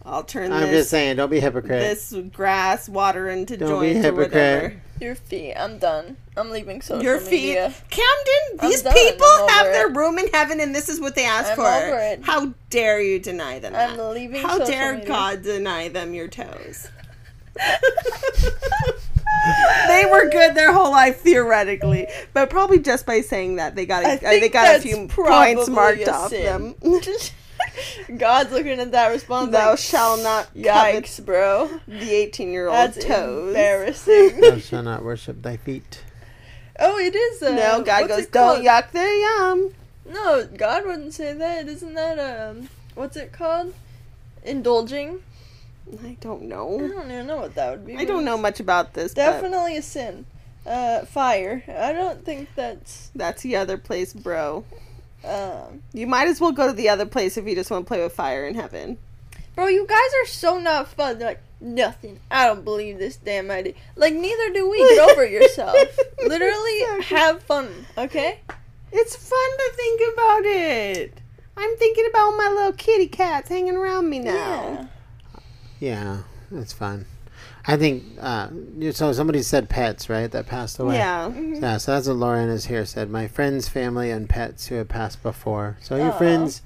[SPEAKER 1] I'll turn
[SPEAKER 2] I'm just
[SPEAKER 1] this
[SPEAKER 2] saying, don't be a hypocrite.
[SPEAKER 1] this grass water into
[SPEAKER 2] Don't be
[SPEAKER 1] joint or
[SPEAKER 2] hypocrite.
[SPEAKER 1] whatever.
[SPEAKER 3] Your feet. I'm done. I'm leaving social
[SPEAKER 1] Your feet,
[SPEAKER 3] media.
[SPEAKER 1] Camden.
[SPEAKER 3] I'm
[SPEAKER 1] These
[SPEAKER 3] done.
[SPEAKER 1] people
[SPEAKER 3] I'm
[SPEAKER 1] have
[SPEAKER 3] over
[SPEAKER 1] their
[SPEAKER 3] it.
[SPEAKER 1] room in heaven, and this is what they asked
[SPEAKER 3] I'm
[SPEAKER 1] for.
[SPEAKER 3] over it.
[SPEAKER 1] How dare you deny them?
[SPEAKER 3] I'm
[SPEAKER 1] that?
[SPEAKER 3] leaving
[SPEAKER 1] How
[SPEAKER 3] social
[SPEAKER 1] dare
[SPEAKER 3] media.
[SPEAKER 1] God deny them your toes? they were good their whole life theoretically, but probably just by saying that they got a, uh,
[SPEAKER 3] I
[SPEAKER 1] they
[SPEAKER 3] think
[SPEAKER 1] got a
[SPEAKER 3] that's
[SPEAKER 1] few points
[SPEAKER 3] probably
[SPEAKER 1] marked
[SPEAKER 3] a
[SPEAKER 1] off
[SPEAKER 3] sin.
[SPEAKER 1] them.
[SPEAKER 3] God's looking at that response.
[SPEAKER 1] Thou
[SPEAKER 3] like,
[SPEAKER 1] shall not covet
[SPEAKER 3] Yikes, bro.
[SPEAKER 1] the eighteen-year-old
[SPEAKER 3] That's
[SPEAKER 1] toes.
[SPEAKER 3] embarrassing.
[SPEAKER 2] Thou shalt not worship thy feet.
[SPEAKER 3] oh, it is. Uh,
[SPEAKER 1] No, God
[SPEAKER 3] what's
[SPEAKER 1] goes,
[SPEAKER 3] it called?
[SPEAKER 1] don't yuck their yum.
[SPEAKER 3] No, God wouldn't say that. Isn't that um, what's it called? Indulging.
[SPEAKER 1] I don't
[SPEAKER 3] I
[SPEAKER 1] know.
[SPEAKER 3] don't even know what that would be.
[SPEAKER 1] I don't know much about this. but-
[SPEAKER 3] Definitely a sin. Uh, fire. I don't think that's
[SPEAKER 1] That's the other place, bro.
[SPEAKER 3] um.
[SPEAKER 1] You might as well go to the other place if you just want to play with fire in heaven.
[SPEAKER 3] Bro, you guys are so not fun. They're like nothing. I don't believe this damn idea. Like neither do we. Get over yourself. Literally,
[SPEAKER 1] Exactly.
[SPEAKER 3] have fun. Okay.
[SPEAKER 1] It's fun to think about it. I'm thinking about my little kitty cats hanging around me now.
[SPEAKER 2] Yeah, that's fine. I think, uh, you- so somebody said pets, right? That passed away.
[SPEAKER 1] Yeah.
[SPEAKER 2] Yeah, so that's what Lauren is here said. My friends, family, and pets who have passed before. So your
[SPEAKER 1] Oh.
[SPEAKER 3] Aw.
[SPEAKER 2] friends,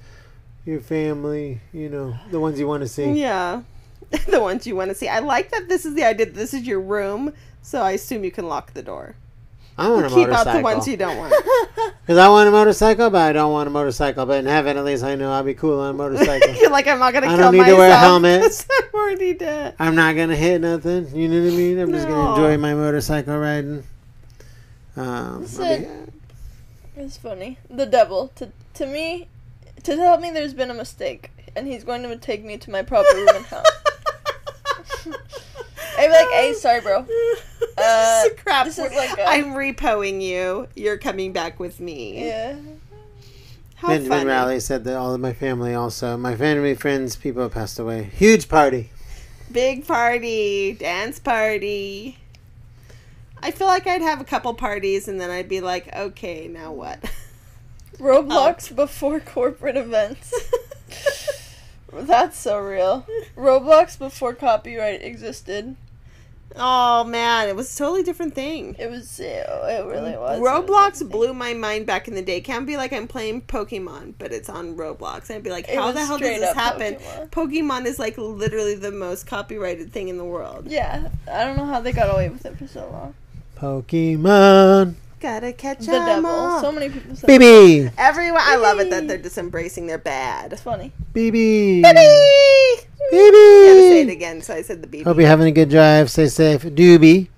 [SPEAKER 2] your family, you know, the ones you want to see.
[SPEAKER 1] Yeah. the ones you want to see. I like that this is the idea. that This is your room, so I assume you can lock the door.
[SPEAKER 2] I want a
[SPEAKER 1] Keep out
[SPEAKER 2] motorcycle.
[SPEAKER 1] the ones you don't want.
[SPEAKER 2] Because I want a motorcycle, but I don't want a motorcycle. But in heaven, at least I know I'll be cool on a motorcycle.
[SPEAKER 1] You're like, I'm not going to
[SPEAKER 2] I
[SPEAKER 1] kill
[SPEAKER 2] don't need
[SPEAKER 1] myself.
[SPEAKER 2] to wear a helmet.
[SPEAKER 1] 'cause I'm already dead.
[SPEAKER 2] I'm not gonna hit nothing. You know what I mean? I'm just gonna
[SPEAKER 1] No.
[SPEAKER 2] enjoy my motorcycle riding. Um,
[SPEAKER 3] This
[SPEAKER 2] I'll
[SPEAKER 3] is-
[SPEAKER 2] be-
[SPEAKER 3] It's funny. The devil to to me to tell me there's been a mistake and he's going to take me to my proper room and house. I'd be like, "Hey, sorry, bro." Uh,
[SPEAKER 1] this is crap.
[SPEAKER 3] this
[SPEAKER 1] This
[SPEAKER 3] is like a-
[SPEAKER 1] I'm repoing you. You're coming back with me.
[SPEAKER 3] Yeah.
[SPEAKER 1] How
[SPEAKER 2] Benjamin
[SPEAKER 1] funny.
[SPEAKER 2] Rowley said that all of my family also, my family, friends, people have passed away. Huge party.
[SPEAKER 1] Big party, dance party. I feel like I'd have a couple parties and then I'd be like, okay, now what?
[SPEAKER 3] Roblox
[SPEAKER 1] Oh.
[SPEAKER 3] before corporate events. That's so real. Roblox before copyright existed.
[SPEAKER 1] oh man, it was a totally different thing.
[SPEAKER 3] It was it, it really was.
[SPEAKER 1] Roblox
[SPEAKER 3] blue.
[SPEAKER 1] blew my mind back in the day. Can't be like I'm playing Pokemon, but it's on Roblox. And I'd be like,
[SPEAKER 3] It
[SPEAKER 1] how
[SPEAKER 3] was
[SPEAKER 1] the hell did
[SPEAKER 3] straight
[SPEAKER 1] this
[SPEAKER 3] up
[SPEAKER 1] happen? Pokemon is like literally the most copyrighted thing in the world.
[SPEAKER 3] Yeah, I don't know how they got away with it for so long.
[SPEAKER 2] Pokemon.
[SPEAKER 1] Gotta catch
[SPEAKER 3] The
[SPEAKER 1] 'em
[SPEAKER 3] devil.
[SPEAKER 1] all.
[SPEAKER 3] So many people said
[SPEAKER 2] BB.
[SPEAKER 1] Everyone, I love it
[SPEAKER 3] Yay.
[SPEAKER 1] that they're just embracing their bad.
[SPEAKER 3] it's funny.
[SPEAKER 2] BB.
[SPEAKER 1] Baby! I had to say it
[SPEAKER 2] BB.
[SPEAKER 1] again, so I said the
[SPEAKER 2] Hope
[SPEAKER 1] BB.
[SPEAKER 2] you're having a good drive. Stay safe. Doobie.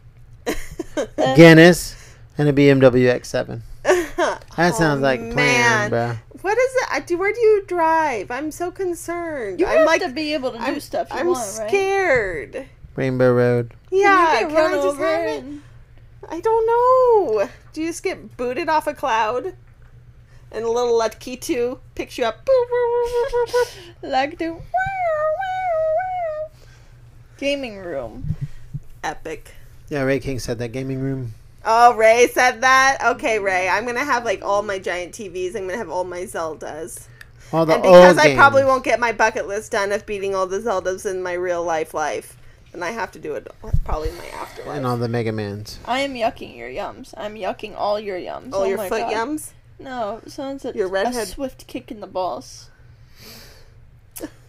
[SPEAKER 1] Uh.
[SPEAKER 2] Guinness. And a BMW X7. That
[SPEAKER 1] Oh,
[SPEAKER 2] sounds like a plan, bro.
[SPEAKER 1] What is it? I do. Where do you drive? I'm so concerned.
[SPEAKER 3] You
[SPEAKER 1] I'm
[SPEAKER 3] have
[SPEAKER 1] like,
[SPEAKER 3] to be able to do
[SPEAKER 1] I'm,
[SPEAKER 3] stuff you
[SPEAKER 1] I'm
[SPEAKER 3] want, right?
[SPEAKER 1] scared.
[SPEAKER 2] Rainbow Road.
[SPEAKER 1] Yeah,
[SPEAKER 3] you
[SPEAKER 1] can,
[SPEAKER 3] get run
[SPEAKER 1] I just
[SPEAKER 3] over
[SPEAKER 1] have it?
[SPEAKER 3] and
[SPEAKER 1] I don't know. Do you just get booted off a cloud? And a little Latkitu picks you up. Boop, boop, boop, boop, boop, boop.
[SPEAKER 3] like the gaming room.
[SPEAKER 1] Epic.
[SPEAKER 2] Yeah, Ray King said that gaming room.
[SPEAKER 1] Oh, Ray said that? Okay, Ray. I'm going to have like all my giant TVs. I'm going to have all my Zeldas.
[SPEAKER 2] All the
[SPEAKER 1] and because
[SPEAKER 2] old
[SPEAKER 1] I probably
[SPEAKER 2] games.
[SPEAKER 1] won't get my bucket list done of beating all the Zeldas in my real life life, then I have to do it probably in my afterlife.
[SPEAKER 2] And all the Mega Mans.
[SPEAKER 3] I am yucking your yums. I'm yucking all your yums.
[SPEAKER 1] all
[SPEAKER 3] oh
[SPEAKER 1] your
[SPEAKER 3] my
[SPEAKER 1] foot
[SPEAKER 3] God.
[SPEAKER 1] yums.
[SPEAKER 3] No, someone said
[SPEAKER 1] Your
[SPEAKER 3] a
[SPEAKER 1] redhead-
[SPEAKER 3] swift kick in the balls.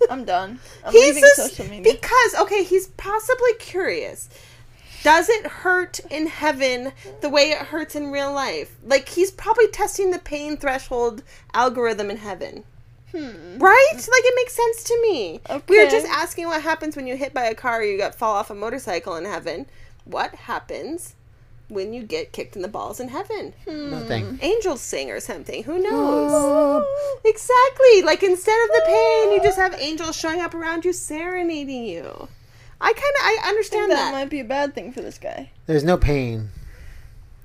[SPEAKER 3] I'm done. I'm
[SPEAKER 1] he's
[SPEAKER 3] leaving
[SPEAKER 1] just,
[SPEAKER 3] social media.
[SPEAKER 1] because okay, he's possibly curious. Does it hurt in heaven the way it hurts in real life? Like he's probably testing the pain threshold algorithm in heaven.
[SPEAKER 3] Hmm.
[SPEAKER 1] Right? Like it makes sense to me. We were
[SPEAKER 3] Okay.
[SPEAKER 1] just asking what happens when you hit by a car or you got fall off a motorcycle in heaven. What happens when you get kicked in the balls in heaven?
[SPEAKER 3] Hmm.
[SPEAKER 2] Nothing.
[SPEAKER 1] Angels sing or something. Who
[SPEAKER 3] Oh.
[SPEAKER 1] knows? exactly. Like instead of the pain, you just have angels showing up around you serenading you. I kind of I
[SPEAKER 3] I think
[SPEAKER 1] understand
[SPEAKER 3] that
[SPEAKER 1] that.
[SPEAKER 3] might be a bad thing for this guy.
[SPEAKER 2] There's no pain.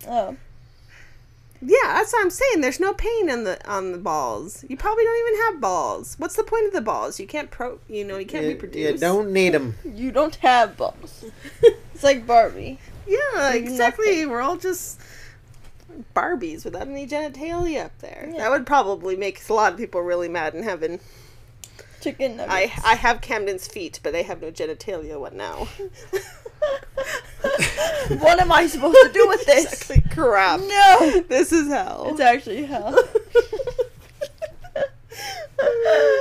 [SPEAKER 3] Oh,
[SPEAKER 1] Yeah, that's what I'm saying. There's no pain on the on the balls. You probably don't even have balls. What's the point of the balls? You can't pro. You know, you can't
[SPEAKER 2] You-
[SPEAKER 1] reproduce.
[SPEAKER 2] You don't need them.
[SPEAKER 3] you don't have balls. It's like Barbie.
[SPEAKER 1] Yeah,
[SPEAKER 3] There's
[SPEAKER 1] exactly.
[SPEAKER 3] nothing.
[SPEAKER 1] We're all just Barbies without any genitalia up there.
[SPEAKER 3] Yeah.
[SPEAKER 1] That would probably make a lot of people really mad in heaven.
[SPEAKER 3] Chicken nuggets.
[SPEAKER 1] I I have Camden's feet, but they have no genitalia. What now?
[SPEAKER 3] what am I supposed to do with this?
[SPEAKER 1] Exactly. Crap.
[SPEAKER 3] No.
[SPEAKER 1] This is hell.
[SPEAKER 3] It's actually hell.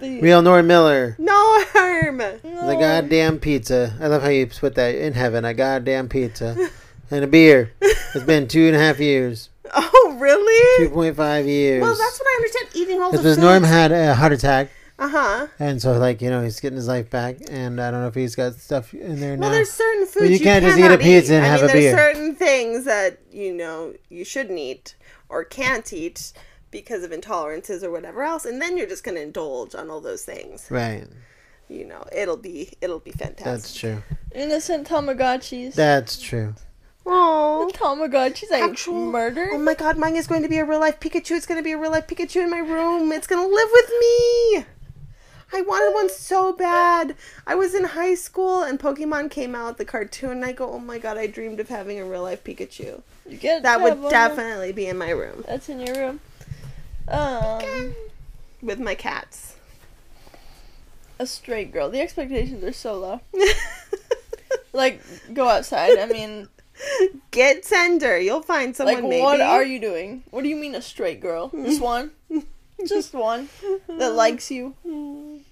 [SPEAKER 3] the,
[SPEAKER 2] Real Norm Miller.
[SPEAKER 1] no harm.
[SPEAKER 2] The goddamn pizza. I love how you put that in heaven. A goddamn pizza. And a beer. It's been two and a half years.
[SPEAKER 1] Oh really?
[SPEAKER 2] 2.5 years.
[SPEAKER 1] Well, that's what I understand. Eating all the
[SPEAKER 2] It's because
[SPEAKER 1] food.
[SPEAKER 2] Norm had a heart attack.
[SPEAKER 1] Uh huh.
[SPEAKER 2] And so, like, you know, he's getting his life back. And I don't know if he's got stuff in there
[SPEAKER 1] Well,
[SPEAKER 2] now.
[SPEAKER 1] there's certain foods
[SPEAKER 2] you
[SPEAKER 1] you,
[SPEAKER 2] can't just eat a
[SPEAKER 1] cannot
[SPEAKER 2] pizza and
[SPEAKER 1] I
[SPEAKER 2] have
[SPEAKER 1] mean,
[SPEAKER 2] a
[SPEAKER 1] there's
[SPEAKER 2] beer.
[SPEAKER 1] certain things that you know you shouldn't eat or can't eat because of intolerances or whatever else, and then you're just gonna indulge on all those things.
[SPEAKER 2] Right.
[SPEAKER 1] You know, it'll be it'll be fantastic.
[SPEAKER 2] That's true.
[SPEAKER 3] innocent Tamagotchis.
[SPEAKER 2] That's true.
[SPEAKER 1] Aww.
[SPEAKER 3] Tamagotchis I
[SPEAKER 1] Actual
[SPEAKER 3] murdered.
[SPEAKER 1] Oh my god, mine is going to be a real life Pikachu. It's going to be a real life Pikachu in my room. It's going to live with me. I wanted one so bad. I was in high school and Pokemon came out, the cartoon, and I go, oh my god, I dreamed of having a real life Pikachu.
[SPEAKER 3] you get
[SPEAKER 1] That would
[SPEAKER 3] one.
[SPEAKER 1] definitely be in my room
[SPEAKER 3] That's in your room. Um,
[SPEAKER 1] with my cats.
[SPEAKER 3] a straight girl. The expectations are so low. Like, go outside. I mean,
[SPEAKER 1] Get tender. You'll find someone
[SPEAKER 3] like,
[SPEAKER 1] maybe.
[SPEAKER 3] what are you doing? What do you mean a straight girl? Just one, just one that likes you.
[SPEAKER 2] We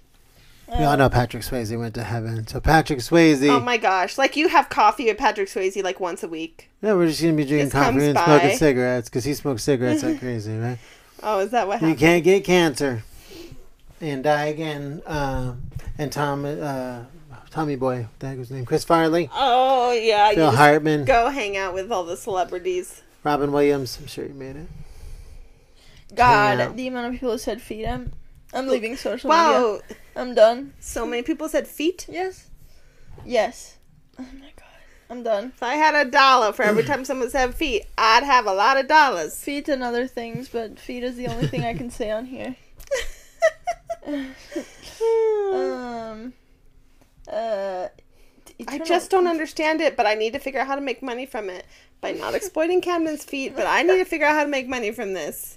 [SPEAKER 2] all know Patrick Swayze went to heaven. So, Patrick Swayze.
[SPEAKER 1] Oh my gosh. Like you have coffee with Patrick Swayze like once a week.
[SPEAKER 2] yeah, we're just going to be
[SPEAKER 1] Just
[SPEAKER 2] drinking
[SPEAKER 1] comes
[SPEAKER 2] coffee and
[SPEAKER 1] by.
[SPEAKER 2] smoking cigarettes because he smokes cigarettes like crazy, right?
[SPEAKER 1] Oh, is that what
[SPEAKER 2] You
[SPEAKER 1] happened?
[SPEAKER 2] can't get cancer and die again. Uh, and Tom, uh, Tommy Boy, what the heck was his name? Chris Farley,
[SPEAKER 1] Oh, yeah. you
[SPEAKER 2] Phil
[SPEAKER 1] just
[SPEAKER 2] Hartman,
[SPEAKER 1] go hang out with all the celebrities.
[SPEAKER 2] Robin Williams. I'm sure you made it.
[SPEAKER 3] God,
[SPEAKER 2] out.
[SPEAKER 3] the amount of people who said feed him. I'm leaving social media.
[SPEAKER 1] Wow,
[SPEAKER 3] I'm done.
[SPEAKER 1] so many people said feet.
[SPEAKER 3] Yes. Yes. Oh my god. I'm done.
[SPEAKER 1] If I had a dollar for every time someone said feet, I'd have a lot of dollars.
[SPEAKER 3] Feet and other things, but feet is the only thing I can say on here.
[SPEAKER 1] Uh,
[SPEAKER 3] Um. Uh.
[SPEAKER 1] I
[SPEAKER 3] eternal-
[SPEAKER 1] just don't understand it, but I need to figure out how to make money from it by not exploiting Camden's feet. But I need to figure out how to make money from this,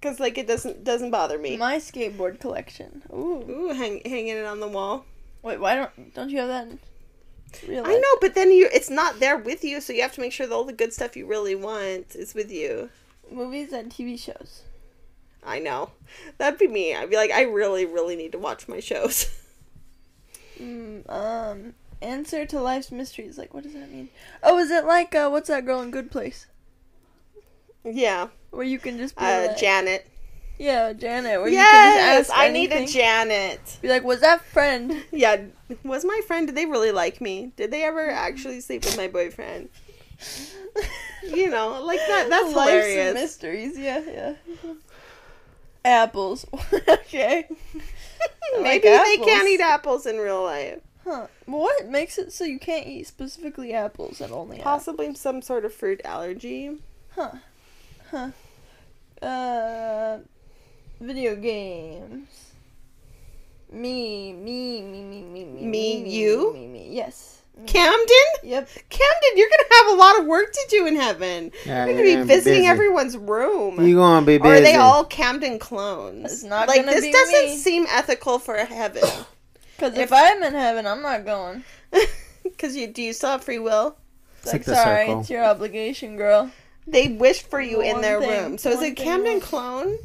[SPEAKER 1] cause like it doesn't doesn't bother me.
[SPEAKER 3] my skateboard collection. Ooh.
[SPEAKER 1] Ooh, hang, hanging it on the wall.
[SPEAKER 3] Wait, why don't don't you have that? In real
[SPEAKER 1] I know, but then you it's not there with you, so you have to make sure that all the good stuff you really want is with you.
[SPEAKER 3] Movies and TV shows.
[SPEAKER 1] I know. That'd be me. I'd be like, I really, really need to watch my shows.
[SPEAKER 3] Mm, um. Answer to life's mysteries. Like, what does that mean? Oh, is it like uh, what's that girl in Good Place?
[SPEAKER 1] yeah.
[SPEAKER 3] Where you can just be
[SPEAKER 1] Uh,
[SPEAKER 3] like,
[SPEAKER 1] Janet.
[SPEAKER 3] yeah, Janet. Where you can
[SPEAKER 1] Yes,
[SPEAKER 3] just ask
[SPEAKER 1] I need a
[SPEAKER 3] anything.
[SPEAKER 1] Janet.
[SPEAKER 3] Be like, was that friend?
[SPEAKER 1] Yeah, was my friend, did they really like me? Did they ever actually sleep with my boyfriend? You know, like that. That's
[SPEAKER 3] Life's
[SPEAKER 1] hilarious.
[SPEAKER 3] mysteries. Yeah, yeah. Apples. okay. I like
[SPEAKER 1] Maybe they
[SPEAKER 3] apples.
[SPEAKER 1] can't eat apples in real life.
[SPEAKER 3] Huh. What makes it so you can't eat specifically apples and only apples?
[SPEAKER 1] Possibly some sort of fruit allergy.
[SPEAKER 3] Huh. Huh. Uh. Video games. Me, me, me, me, me, me.
[SPEAKER 1] Me,
[SPEAKER 3] me,
[SPEAKER 1] you?
[SPEAKER 3] Me, me, me. Yes. Me.
[SPEAKER 1] Camden?
[SPEAKER 3] Yep.
[SPEAKER 1] Camden, you're going to have a lot of work to do in heaven.
[SPEAKER 2] Yeah,
[SPEAKER 1] You're going to be visiting everyone's room.
[SPEAKER 2] You gonna be
[SPEAKER 1] Or
[SPEAKER 2] busy?
[SPEAKER 1] are they all Camden clones?
[SPEAKER 3] It's not
[SPEAKER 1] like
[SPEAKER 3] gonna
[SPEAKER 1] this
[SPEAKER 3] be
[SPEAKER 1] doesn't
[SPEAKER 3] me.
[SPEAKER 1] seem ethical for heaven.
[SPEAKER 3] Because if I'm in heaven, I'm not going.
[SPEAKER 1] Because you do you still have free will?
[SPEAKER 2] It's
[SPEAKER 3] It's Like,
[SPEAKER 2] like the
[SPEAKER 3] sorry,
[SPEAKER 2] circle.
[SPEAKER 3] it's your obligation, girl.
[SPEAKER 1] They wish for you in
[SPEAKER 3] One
[SPEAKER 1] their
[SPEAKER 3] thing-
[SPEAKER 1] room. So is
[SPEAKER 3] one
[SPEAKER 1] it
[SPEAKER 3] thing
[SPEAKER 1] Camden
[SPEAKER 3] left.
[SPEAKER 1] clone?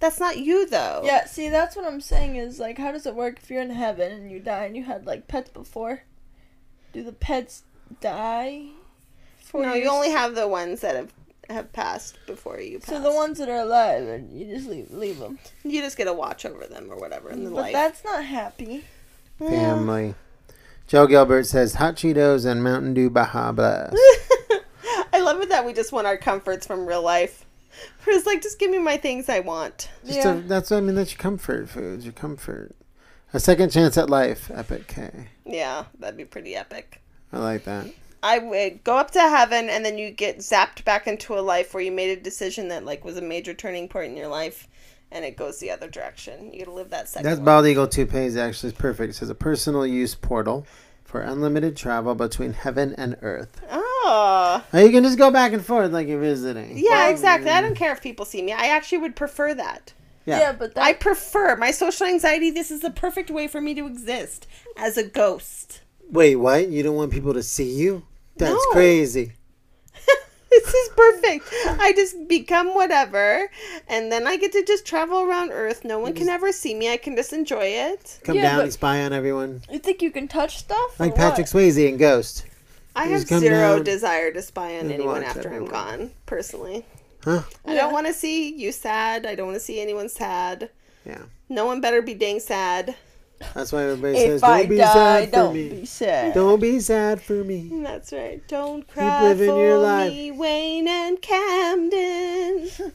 [SPEAKER 1] That's not you though.
[SPEAKER 3] Yeah, see, that's what I'm saying is like, how does it work if you're in heaven and you die and you had like pets before? Do the pets die? For
[SPEAKER 1] No, you
[SPEAKER 3] s-
[SPEAKER 1] only have the ones that have have passed before you. Passed.
[SPEAKER 3] So the ones that are alive, and you just leave leave them.
[SPEAKER 1] you just get to watch over them or whatever in the
[SPEAKER 3] But
[SPEAKER 1] life.
[SPEAKER 3] that's not happy.
[SPEAKER 2] family. Joe Gilbert says hot Cheetos and Mountain Dew Baja Blast.
[SPEAKER 1] I love it that we just want our comforts from real life. We're just like, just give me my things I want.
[SPEAKER 2] Just
[SPEAKER 3] yeah.
[SPEAKER 2] a, that's what I mean. That's your comfort foods. Your comfort. A second chance at life. Epic K.
[SPEAKER 1] Yeah, that'd be pretty epic.
[SPEAKER 2] I like that.
[SPEAKER 1] I would go up to heaven and then you get zapped back into a life where you made a decision that like was a major turning point in your life and it goes the other direction. You gotta live that second.
[SPEAKER 2] That's
[SPEAKER 1] one.
[SPEAKER 2] Bald Eagle Toupee is actually perfect. It says a personal use portal for unlimited travel between heaven and earth.
[SPEAKER 1] Oh.
[SPEAKER 2] Now you can just go back and forth like you're visiting.
[SPEAKER 1] Yeah, exactly. I don't care if people see me. I actually would prefer that.
[SPEAKER 2] Yeah.
[SPEAKER 3] Yeah, but that,
[SPEAKER 1] I prefer my social anxiety. This is the perfect way for me to exist as a ghost.
[SPEAKER 2] Wait, what? You don't want people to see you? That's
[SPEAKER 1] No.
[SPEAKER 2] crazy.
[SPEAKER 1] this is perfect. I just become whatever, and then I get to just travel around Earth. No one can ever see me. I can just enjoy it.
[SPEAKER 2] Come
[SPEAKER 3] Yeah,
[SPEAKER 2] down
[SPEAKER 3] but-
[SPEAKER 2] and spy on everyone.
[SPEAKER 3] you think you can touch stuff? or
[SPEAKER 2] Like Patrick Swayze in Ghost.
[SPEAKER 1] I
[SPEAKER 2] Just
[SPEAKER 1] have
[SPEAKER 2] come
[SPEAKER 1] zero
[SPEAKER 2] down
[SPEAKER 1] desire to spy on
[SPEAKER 2] and
[SPEAKER 1] anyone
[SPEAKER 2] watch
[SPEAKER 1] after
[SPEAKER 2] everyone.
[SPEAKER 1] I'm gone, personally.
[SPEAKER 2] Huh?
[SPEAKER 1] I
[SPEAKER 3] Yeah.
[SPEAKER 1] don't want to see you sad. I don't want to see anyone sad.
[SPEAKER 2] Yeah.
[SPEAKER 1] No one better be dang sad.
[SPEAKER 2] That's why everybody
[SPEAKER 3] What?
[SPEAKER 2] says,
[SPEAKER 3] If
[SPEAKER 2] don't
[SPEAKER 3] I
[SPEAKER 2] be
[SPEAKER 3] die,
[SPEAKER 2] sad for
[SPEAKER 3] don't
[SPEAKER 2] me.
[SPEAKER 3] be sad.
[SPEAKER 2] Don't be sad for me.
[SPEAKER 1] That's right. Don't cry
[SPEAKER 2] living
[SPEAKER 1] for
[SPEAKER 2] your life.
[SPEAKER 1] me, Wayne and Camden.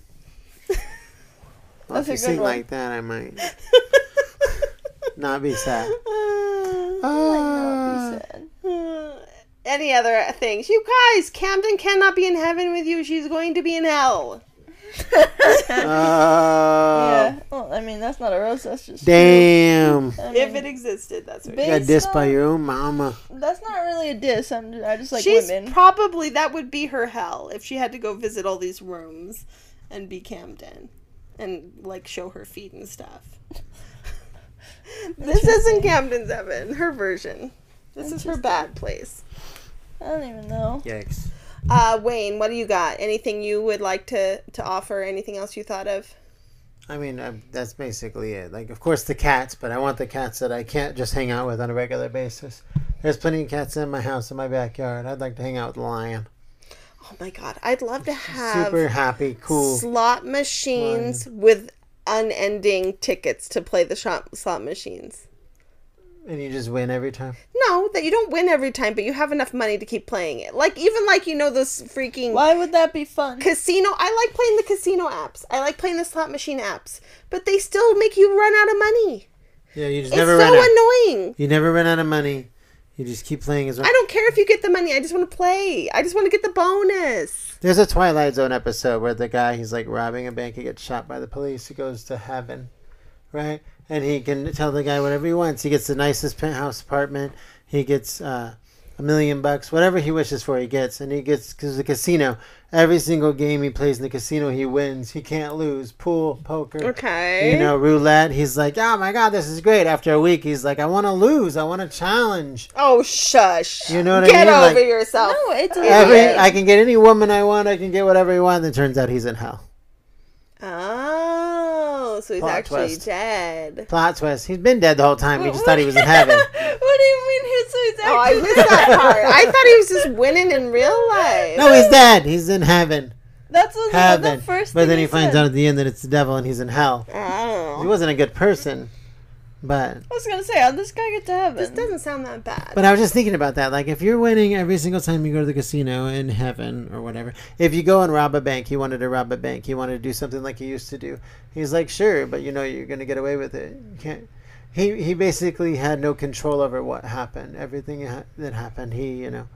[SPEAKER 2] Well, if
[SPEAKER 3] That's a
[SPEAKER 2] you
[SPEAKER 3] good
[SPEAKER 2] sing
[SPEAKER 3] one.
[SPEAKER 2] like that, I might not be sad.
[SPEAKER 1] Uh,
[SPEAKER 3] Don't be
[SPEAKER 2] Ah,
[SPEAKER 3] sad.
[SPEAKER 1] uh, Any other things? You guys, Camden cannot be in heaven with you. She's going to be in hell.
[SPEAKER 2] oh, Uh,
[SPEAKER 3] yeah. Well, I mean, that's not a roast. That's just.
[SPEAKER 2] Ah. damn.
[SPEAKER 3] I mean,
[SPEAKER 1] If it existed, that's what
[SPEAKER 3] Big-
[SPEAKER 1] it
[SPEAKER 2] Got
[SPEAKER 3] It's
[SPEAKER 2] dissed by
[SPEAKER 3] not-
[SPEAKER 2] your own mama.
[SPEAKER 3] that's not really a diss. I'm. Just, I just like
[SPEAKER 1] is. She's
[SPEAKER 3] women.
[SPEAKER 1] probably, that would be her hell if she had to go visit all these rooms and be Camden and like show her feet and stuff. this isn't Camden's heaven, her version. This is her bad place.
[SPEAKER 3] I don't even know.
[SPEAKER 2] Yikes.
[SPEAKER 1] Uh, Wayne, what do you got? Anything you would like to, to offer? Anything else you thought of?
[SPEAKER 2] I mean, I, that's basically it. Like, of course, the cats, but I want the cats that I can't just hang out with on a regular basis. There's plenty of cats in my house, in my backyard. I'd like to hang out with a lion.
[SPEAKER 1] Oh my god, I'd love to have
[SPEAKER 2] Super happy, cool.
[SPEAKER 1] slot machines with unending tickets to play the shot, slot machines.
[SPEAKER 2] And you just win every time.
[SPEAKER 1] No, that you don't win every time, but you have enough money to keep playing it. Like even like you know those freaking
[SPEAKER 3] Why would that be fun?
[SPEAKER 1] casino. I like playing the casino apps. I like playing the slot machine apps, but they still make you run out of money.
[SPEAKER 2] Yeah, you just
[SPEAKER 1] It's
[SPEAKER 2] never
[SPEAKER 1] so
[SPEAKER 2] run out.
[SPEAKER 1] annoying.
[SPEAKER 2] you never run out of money. You just keep playing as well.
[SPEAKER 1] I don't care if you get the money. I just want to play. I just want to get the bonus.
[SPEAKER 2] There's a Twilight Zone episode where the guy he's like robbing a bank, he gets shot by the police, he goes to heaven, right? And he can tell the guy whatever he wants. He gets the nicest penthouse apartment. He gets uh, a million bucks, whatever he wishes for, he gets. And he gets because the casino, every single game he plays in the casino, he wins. He can't lose. Pool, poker,
[SPEAKER 1] Okay.
[SPEAKER 2] you know, roulette. He's like, oh my god, this is great. After a week, he's like, I want to lose. I want to challenge.
[SPEAKER 1] Oh shush.
[SPEAKER 2] You know what I
[SPEAKER 1] Get
[SPEAKER 2] mean?
[SPEAKER 1] over
[SPEAKER 2] Like-
[SPEAKER 1] yourself.
[SPEAKER 3] no, it's a
[SPEAKER 2] Every,
[SPEAKER 1] Oh, Yeah.
[SPEAKER 2] I can get any woman I want. I can get whatever he wants. And it turns out he's in hell.
[SPEAKER 1] Oh, so he's
[SPEAKER 2] Plot
[SPEAKER 1] actually
[SPEAKER 2] twist.
[SPEAKER 1] dead.
[SPEAKER 2] Plot twist. He's been dead the whole time. We just thought he was in heaven.
[SPEAKER 3] what do you mean? It's, it's
[SPEAKER 1] Oh, I
[SPEAKER 3] actually-
[SPEAKER 1] missed that part. I thought he was just winning in real life.
[SPEAKER 2] No, he's dead. He's in heaven.
[SPEAKER 3] That's what the
[SPEAKER 2] Heaven.
[SPEAKER 3] first
[SPEAKER 2] But
[SPEAKER 3] thing
[SPEAKER 2] then he
[SPEAKER 3] said.
[SPEAKER 2] finds out at the end that it's the devil and he's in hell. He
[SPEAKER 1] Oh.
[SPEAKER 2] wasn't a good person. But
[SPEAKER 3] I was gonna say, how this guy get to heaven?
[SPEAKER 1] This doesn't sound that bad.
[SPEAKER 2] but I was just thinking about that. Like if you're winning every single time you go to the casino in heaven or whatever. If you go and rob a bank, he wanted to rob a bank. He wanted to do something like he used to do. He's like, sure, but you know you're gonna get away with it. You can't. He he basically had no control over what happened. Everything ha- that happened, he you know,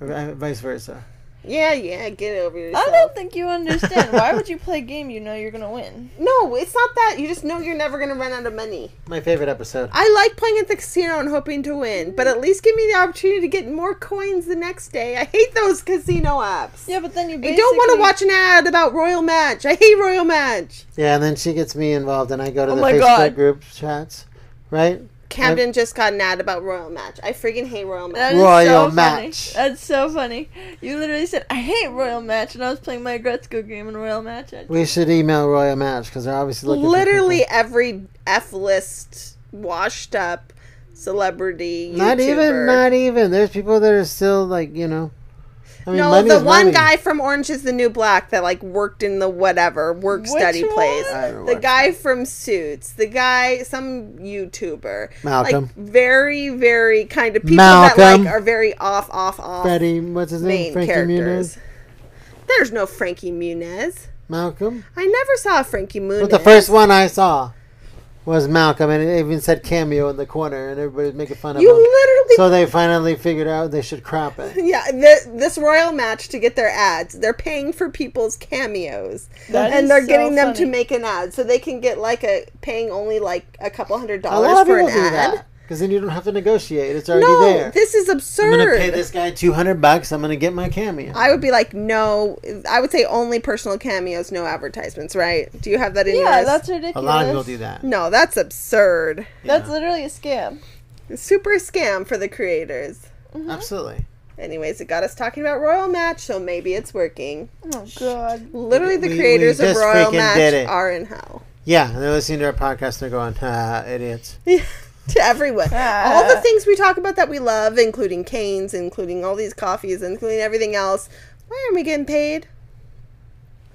[SPEAKER 2] or, uh, vice versa.
[SPEAKER 1] yeah, yeah, get over yourself.
[SPEAKER 3] I don't think you understand. Why would you play a game you know you're gonna win?
[SPEAKER 1] no, it's not that. You just know you're never going to run out of money.
[SPEAKER 2] My favorite episode.
[SPEAKER 1] I like playing at the casino and hoping to win, but at least give me the opportunity to get more coins the next day. I hate those casino apps.
[SPEAKER 3] Yeah, but then you.
[SPEAKER 1] I
[SPEAKER 3] Basically,
[SPEAKER 1] don't want to watch an ad about Royal Match. I hate Royal Match.
[SPEAKER 2] Yeah, and then she gets me involved, and I go to
[SPEAKER 3] Oh
[SPEAKER 2] the
[SPEAKER 3] my
[SPEAKER 2] Facebook
[SPEAKER 3] God.
[SPEAKER 2] group chats, right?
[SPEAKER 1] Camden just got an ad about Royal Match. I freaking hate Royal Match.
[SPEAKER 3] That is
[SPEAKER 2] Royal
[SPEAKER 3] so
[SPEAKER 2] match.
[SPEAKER 3] Funny. That's so funny. You literally said, "I hate Royal Match," and I was playing my Gretzko game in Royal Match. I-
[SPEAKER 2] We should email Royal Match because they're obviously looking. for
[SPEAKER 1] literally
[SPEAKER 2] people.
[SPEAKER 1] every F list washed up celebrity.
[SPEAKER 2] not even,
[SPEAKER 1] YouTuber.
[SPEAKER 2] not even. There's people that are still like you know. I mean,
[SPEAKER 1] no,
[SPEAKER 2] money
[SPEAKER 1] the
[SPEAKER 2] is
[SPEAKER 1] one
[SPEAKER 2] money.
[SPEAKER 1] guy from Orange is the New Black that like worked in the whatever work
[SPEAKER 3] Which
[SPEAKER 1] study
[SPEAKER 3] one?
[SPEAKER 1] place.
[SPEAKER 2] I don't
[SPEAKER 1] The
[SPEAKER 2] watch
[SPEAKER 1] guy from Suits, the guy, some YouTuber,
[SPEAKER 2] Malcolm.
[SPEAKER 1] like very, very kind of people that
[SPEAKER 2] Malcolm.
[SPEAKER 1] like are very off, off, off
[SPEAKER 2] Freddie, what's his name?
[SPEAKER 1] main
[SPEAKER 2] Frankie
[SPEAKER 1] characters.
[SPEAKER 2] Muniz.
[SPEAKER 1] There's no Frankie Muniz.
[SPEAKER 2] Malcolm.
[SPEAKER 1] I never saw Frankie Muniz.
[SPEAKER 2] But the first one I saw was Malcolm, and it even said cameo in the corner, and everybody's making fun of
[SPEAKER 1] you
[SPEAKER 2] him.
[SPEAKER 1] literally
[SPEAKER 2] So they finally figured out they should crop it.
[SPEAKER 1] Yeah, th- this royal match to get their ads. They're paying for people's cameos,
[SPEAKER 3] That
[SPEAKER 1] and
[SPEAKER 3] is
[SPEAKER 1] they're
[SPEAKER 3] so
[SPEAKER 1] getting them to
[SPEAKER 3] funny.
[SPEAKER 1] make an ad, so they can get like a paying only like a couple hundred
[SPEAKER 2] A
[SPEAKER 1] dollars
[SPEAKER 2] lot of
[SPEAKER 1] for
[SPEAKER 2] people
[SPEAKER 1] an
[SPEAKER 2] do that.
[SPEAKER 1] ad.
[SPEAKER 2] Because then you don't have to negotiate. It's already
[SPEAKER 1] No,
[SPEAKER 2] there.
[SPEAKER 1] this is
[SPEAKER 2] I'm
[SPEAKER 1] absurd.
[SPEAKER 2] gonna pay this guy two hundred bucks. I'm gonna get my cameo.
[SPEAKER 1] I would be like, no. I would say only personal cameos, no advertisements, right? Do you have that in
[SPEAKER 3] Yeah,
[SPEAKER 1] yours?
[SPEAKER 3] that's ridiculous.
[SPEAKER 2] a lot of people do that.
[SPEAKER 1] no, that's absurd.
[SPEAKER 3] That's
[SPEAKER 2] Yeah.
[SPEAKER 3] literally a scam.
[SPEAKER 1] Super scam for the creators.
[SPEAKER 2] absolutely.
[SPEAKER 1] Anyways, it got us talking about Royal Match, so maybe it's working.
[SPEAKER 3] Oh god.
[SPEAKER 1] Literally, the
[SPEAKER 2] We- we
[SPEAKER 1] creators of
[SPEAKER 2] just
[SPEAKER 1] Royal
[SPEAKER 2] freaking did
[SPEAKER 1] Match
[SPEAKER 2] it.
[SPEAKER 1] are in hell.
[SPEAKER 2] Yeah, and they're listening to our podcast. They're going, "Ha, idiots.
[SPEAKER 1] to everyone.
[SPEAKER 3] Ah.
[SPEAKER 1] all the things we talk about that we love, including canes, including all these coffees, including everything else. Why aren't we getting paid?